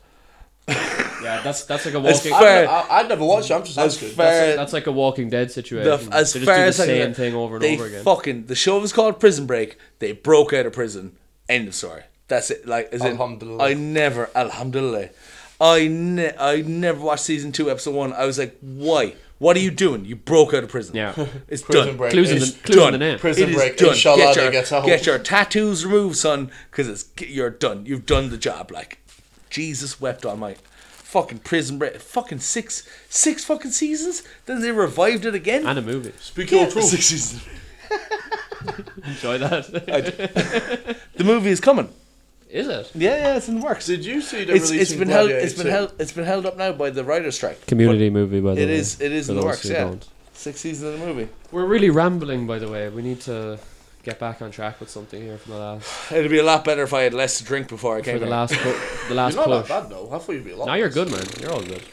S1: yeah, that's that's like a
S3: As
S1: walking.
S3: far-
S2: I,
S3: Fair.
S2: I, I never watched it, I'm just
S3: As
S2: asking.
S3: fair,
S1: That's like a Walking Dead
S3: the,
S1: situation.
S3: as
S1: they just
S3: far
S1: do the
S3: as I
S1: same
S3: can-
S1: thing over and
S3: they
S1: over again.
S3: fucking the show was called Prison Break. They broke out of prison. End of story. That's it. Like as in,
S2: Alhamdulillah.
S3: I never Alhamdulillah. I ne- I never watched season two, episode one. I was like, why? What are you doing? You broke out of prison.
S1: Yeah.
S3: it's
S2: Prison
S3: done.
S2: Break.
S1: Clues in
S2: It's
S1: the clues in
S3: done.
S1: the name.
S2: Prison
S3: It is
S2: Break.
S3: done.
S2: Inshallah,
S3: get
S2: they
S3: your,
S2: get out.
S3: get your tattoos removed, son, because it's you're done. You've done the job. Like Jesus wept on my fucking prison break. Fucking six, six fucking seasons. Then they revived it again.
S1: And a movie.
S2: Speaking
S3: Yeah,
S2: of truth.
S3: six seasons.
S1: Enjoy that.
S3: The movie is coming.
S1: Is it?
S3: Yeah, yeah, it's in the works.
S2: Did you see the
S3: It's,
S2: release?
S3: it's been held. It's been held. It's been held up now by the writer's strike.
S1: Community movie, by the
S3: It
S1: way.
S3: is. It is
S1: for
S3: in the
S1: those
S3: works.
S1: who
S3: Yeah,
S1: don't.
S3: six seasons of the movie.
S1: We're really rambling, by the way. We need to get back on track with something here for the last,
S3: It'd be a lot better if I had less to drink before I
S1: for
S3: came.
S1: the
S3: here.
S1: last, pu- the last
S2: You're not that
S1: push.
S2: bad though. I thought you'd be a lot.
S1: Now you're good, man. You're all good.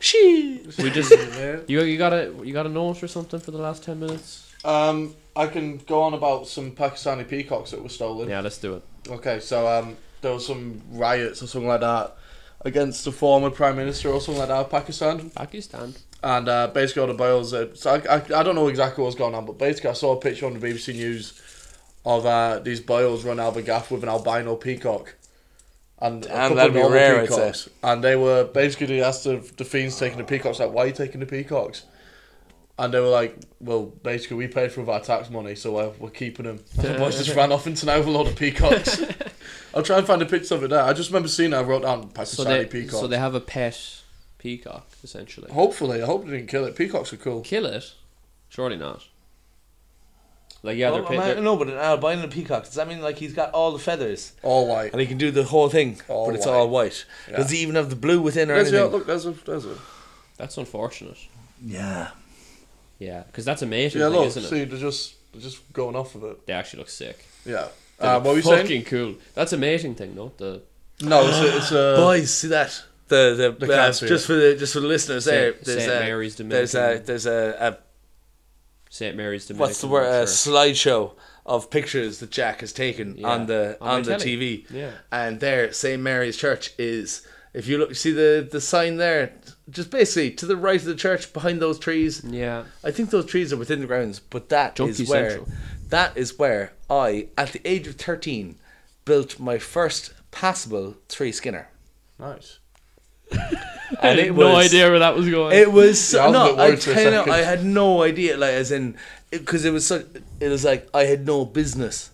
S3: She.
S1: We just
S2: Yeah.
S1: you you got a you got a note or something for the last ten minutes.
S2: Um, I can go on about some Pakistani peacocks that were stolen.
S1: Yeah, let's do it.
S2: Okay, so um, there was some riots or something like that against the former prime minister or something like that of Pakistan,
S1: Pakistan.
S2: and uh, basically all the boils. Uh, so I, I, I don't know exactly what's going on, but basically I saw a picture on the BBC News of uh, these boils run out of a gaff with an albino peacock. And a
S3: Damn,
S2: couple
S3: that'd
S2: of
S3: be
S2: normal
S3: rare, I'd say.
S2: peacocks. And they were basically they asked the, the fiends taking the peacocks, like, why are you taking the peacocks? And they were like, well, basically, we paid for with our tax money, so uh, we're keeping them. And the boys just ran off into an overload of peacocks. I'll try and find a picture of it there. I just remember seeing it. I wrote down Pakistani
S1: So they
S2: peacock.
S1: so they have a pet peacock essentially.
S2: Hopefully, I hope they didn't kill it. Peacocks are cool.
S1: Kill it? Surely not. Like yeah,
S3: Oh,
S1: they're,
S3: am
S1: pa-
S3: I-
S1: they're
S3: no, but an albino peacock. Does that mean like he's got all the feathers
S2: All white.
S3: and he can do the whole thing,
S2: All
S3: but it's
S2: white.
S3: all white?
S2: Yeah.
S3: Does he even have the blue within or
S2: There's a,
S3: anything?
S2: look, there's a, there's a.
S1: that's unfortunate.
S3: yeah.
S1: Yeah, because that's a mating
S2: Yeah,
S1: thing,
S2: look,
S1: isn't it?
S2: see, they're just they're just going off of it.
S1: They actually look sick.
S2: Yeah.
S1: They
S2: Uh,
S1: look
S2: what were you
S1: fucking
S2: saying?
S1: cool. That's a mating thing, no? The
S2: No, it's a, it's a
S3: Boys, see that Uh, the the,
S2: They can't
S3: uh,
S2: see
S3: just
S2: it.
S3: for the just for the listeners there.
S1: Saint-
S3: There's
S1: Saint
S3: a,
S1: Mary's
S3: there's a
S1: Dominican.
S3: there's a,
S1: St Mary's
S3: a
S1: Dominican.
S3: what's the word Uh, a
S1: I'm sure.
S3: slideshow of pictures that Jack has taken
S1: Yeah,
S3: on the
S1: on my
S3: on, the
S1: telly.
S3: TV.
S1: Yeah.
S3: And there, St Mary's Church is. If you look, see the the sign there, just basically to the right of the church, behind those trees.
S1: Yeah.
S3: I think those trees are within the grounds, but that is
S1: Junkie
S3: where
S1: Central.
S3: that is where I, at the age of thirteen, built my first passable three skinner.
S2: nice.
S1: I had
S3: And it
S1: no
S3: was-
S1: idea where that was going.
S3: It was so,
S2: Yeah, I was a
S3: no,
S2: bit
S3: I
S2: worried for a
S3: tell you,
S2: second.
S3: I had no idea. Like as in, because it, was so, it was like I had no business,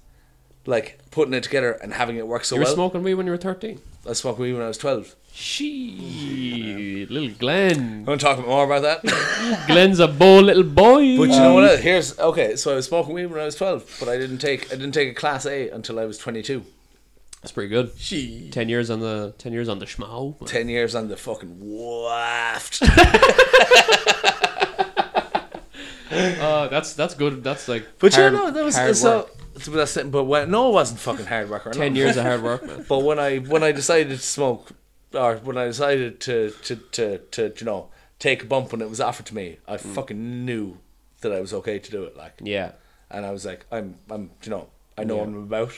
S3: like putting it together and having it work so
S1: you were
S3: well.
S1: smoking weed when you were 13.
S3: I smoked weed when I was twelve.
S1: She little Glenn.
S3: want to talk more about that?
S1: Glenn's a bow little boy. Um,
S3: but you know what? Else? Here's okay. So I was smoking weed when I was twelve, but I didn't take I didn't take a class A until I was twenty two.
S1: That's pretty good.
S2: She.
S1: Ten years on the ten years on the schmau.
S3: Ten years on the fucking waft.
S1: Uh, that's that's good. That's like
S3: But
S1: hard-
S3: you know that was
S1: hard
S3: so.
S1: work.
S3: But that's it. But when no, it wasn't fucking hard work. or
S1: ten
S3: not.
S1: years of hard work, man.
S3: But when I when I decided to smoke, or when I decided to to to, to you know take a bump when it was offered to me, I fucking knew that I was okay to do it. Like,
S1: Mm. Yeah,
S3: and I was like, I'm I'm you know I know
S1: Yeah.
S3: what I'm about.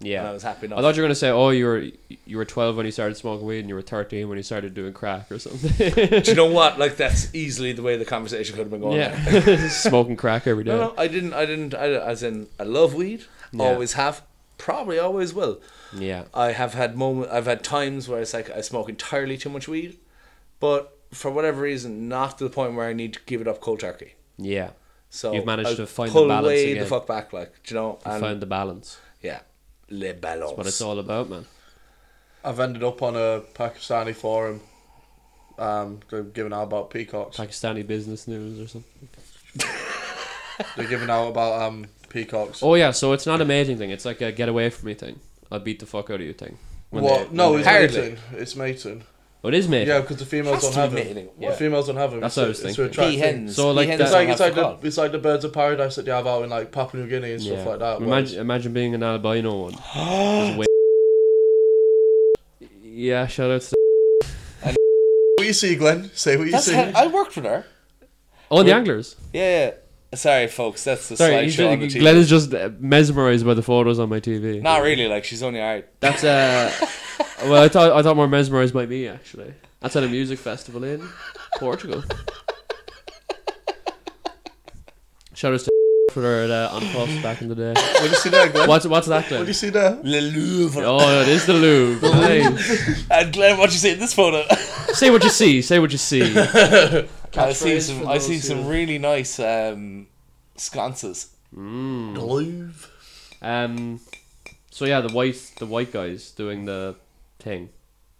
S1: yeah.
S3: And I was happy enough.
S1: I thought you were gonna say, "Oh, you were you were 12 when you started smoking weed, and you were 13 when you started doing crack or something."
S3: Do you know what? Like that's easily the way the conversation could have been going. Like,
S1: yeah, smoking crack every day.
S3: No, no, I didn't. I didn't. I, as in, I love weed.
S1: Yeah.
S3: Always have. Probably always will.
S1: Yeah,
S3: I have had moment. I've had times where it's like I smoke entirely too much weed, but for whatever reason, not to the point where I need to give it up cold turkey.
S1: yeah.
S3: So
S1: You've managed to
S3: I'll
S1: find the
S3: pull
S1: balance
S3: way
S1: again.
S3: the fuck back, like do you know,
S1: You
S3: and
S1: found the balance.
S3: yeah, le balance.
S1: What it's all about, man.
S2: I've ended up on a Pakistani forum, um, they're giving out about peacocks.
S1: Pakistani business news or something.
S2: They're giving out about um peacocks.
S1: Oh yeah, so it's not a mating thing. It's like a get away from me thing. I'll beat the fuck out of you thing. When
S2: what?
S1: they-
S2: no,
S1: when
S2: it's
S1: they-
S3: Hardly.
S2: mating. It's mating.
S1: Oh, it is mating.
S2: Yeah, because the females
S3: Has
S2: don't
S3: to
S2: have
S3: be
S2: them.
S3: mating.
S2: The
S3: Yeah.
S2: females don't have them.
S1: That's
S2: it's
S1: what I was
S2: to- it's
S1: thinking.
S2: to attract
S3: Pea
S2: them.
S3: hens.
S1: So,
S3: pea
S1: like,
S3: hens
S1: that-
S2: It's
S3: don't
S2: like, it's,
S3: have
S2: like
S3: to
S2: the,
S3: call.
S2: it's like the birds of paradise that they have out in like Papua New Guinea and stuff
S1: Yeah.
S2: like that. where
S1: Imagine, imagine being an albino one. Just wait. yeah, shout out to.
S2: it's- What you see, Glenn? Say what you
S3: That's
S2: see.
S3: how, I worked with her.
S1: Oh, the anglers.
S3: Yeah, yeah. Sorry, folks. That's the
S1: Sorry, he's
S3: slideshow on the
S1: just,
S3: TV.
S1: Glenn is just uh, mesmerized by the photos on my TV.
S3: Not really. Like she's only alright.
S1: That's uh well, I thought I thought more mesmerized by me actually. That's at a music festival in Portugal. Shout out to for their uh, on post back in the day.
S2: what do you see there, Glenn?
S1: What's what's that,
S2: What do you
S1: Glenn?
S2: see there?
S3: Le Louvre.
S1: Oh, it is the Louvre. Nice.
S3: And Glenn, what you see in this photo?
S1: Say what you see. Say what you see.
S3: I see
S1: Catchphrase
S3: some.
S1: for
S3: I
S1: those
S3: see
S1: who-
S3: some really nice um, sconces.
S2: The Louvre.
S1: Um. So yeah, the white the white guys doing the thing.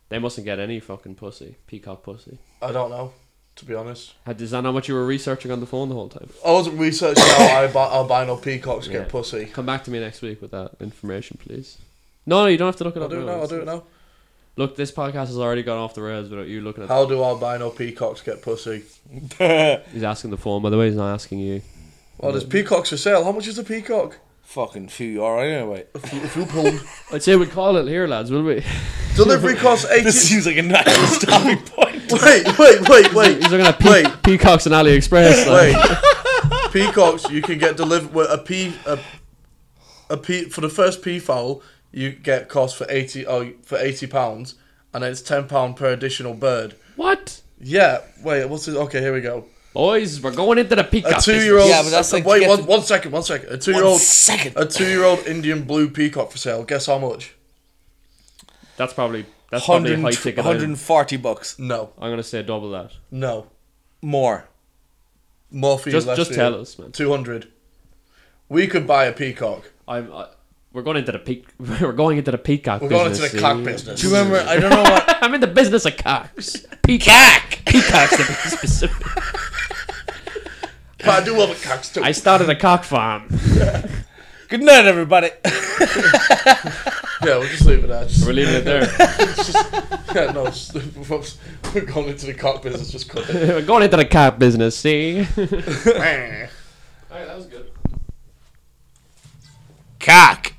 S1: They mustn't get any fucking pussy. Peacock pussy.
S2: I don't know, to be honest.
S1: Had- Is that not what you were researching on the phone the whole time?
S2: I wasn't researching how albi- albino peacocks
S1: Yeah.
S2: get pussy.
S1: Come back to me next week with that information, please. No, no, you don't have to look it
S2: I'll
S1: up.
S2: do it
S1: now.
S2: now. I'll do it now.
S1: Look, this podcast has already gone off the rails without you looking at.
S2: How do albino peacocks get pussy?
S1: He's asking the phone. By the way, he's not asking you.
S2: Well,
S1: Mm.
S2: there's peacocks for sale. How much is a peacock?
S3: Fucking few euro anyway.
S2: If you pull
S1: I'd say we call it here, lads, will we?
S2: delivery costs
S3: This
S2: eighty.
S3: seems like a natural stopping point.
S2: wait, wait, wait, wait.
S1: He's looking at pe-
S2: Wait.
S1: peacocks and AliExpress. Like.
S2: Wait, peacocks. You can get delivered a pea a a pea for the first peafowl. You get cost for eighty oh for eighty pounds, and it's ten pound per additional bird.
S1: What?
S2: Yeah. Wait. What's it? Okay. Here we go.
S1: Boys, we're going into the peacock.
S2: A two-year-old.
S3: Yeah, but that's like to
S2: wait.
S3: get
S2: One,
S3: the-
S2: one second. One second. A
S3: One
S2: two-year-old.
S3: second.
S2: A two-year-old Indian blue peacock for sale. Guess how much?
S1: business. That's probably that's probably high ticket. item.
S3: 140 bucks
S2: No.
S1: I'm gonna say double that.
S2: No.
S3: more.
S2: More for you
S1: Just-
S2: last
S1: just
S2: year.
S1: tell us, man.
S2: Two hundred. We could buy a peacock.
S1: I'm. I, we're going into the peak. We're going into the peacock.
S2: We're going into
S1: business,
S2: the cock
S1: see?
S2: business.
S3: Do you remember? I don't know what.
S1: I'm in the business of cocks. Peacock. Peacocks to be specific.
S2: But I do love a cock too.
S1: I started a cock farm.
S3: Good night, everybody.
S2: Yeah, we'll just leave it there. Just-
S1: We're leaving it there.
S2: Yeah, no, it's- we're going into the cock business. Just cut it.
S1: We're going into the cock business. See.
S2: Meh.
S1: Alright, that was good.
S3: Cock.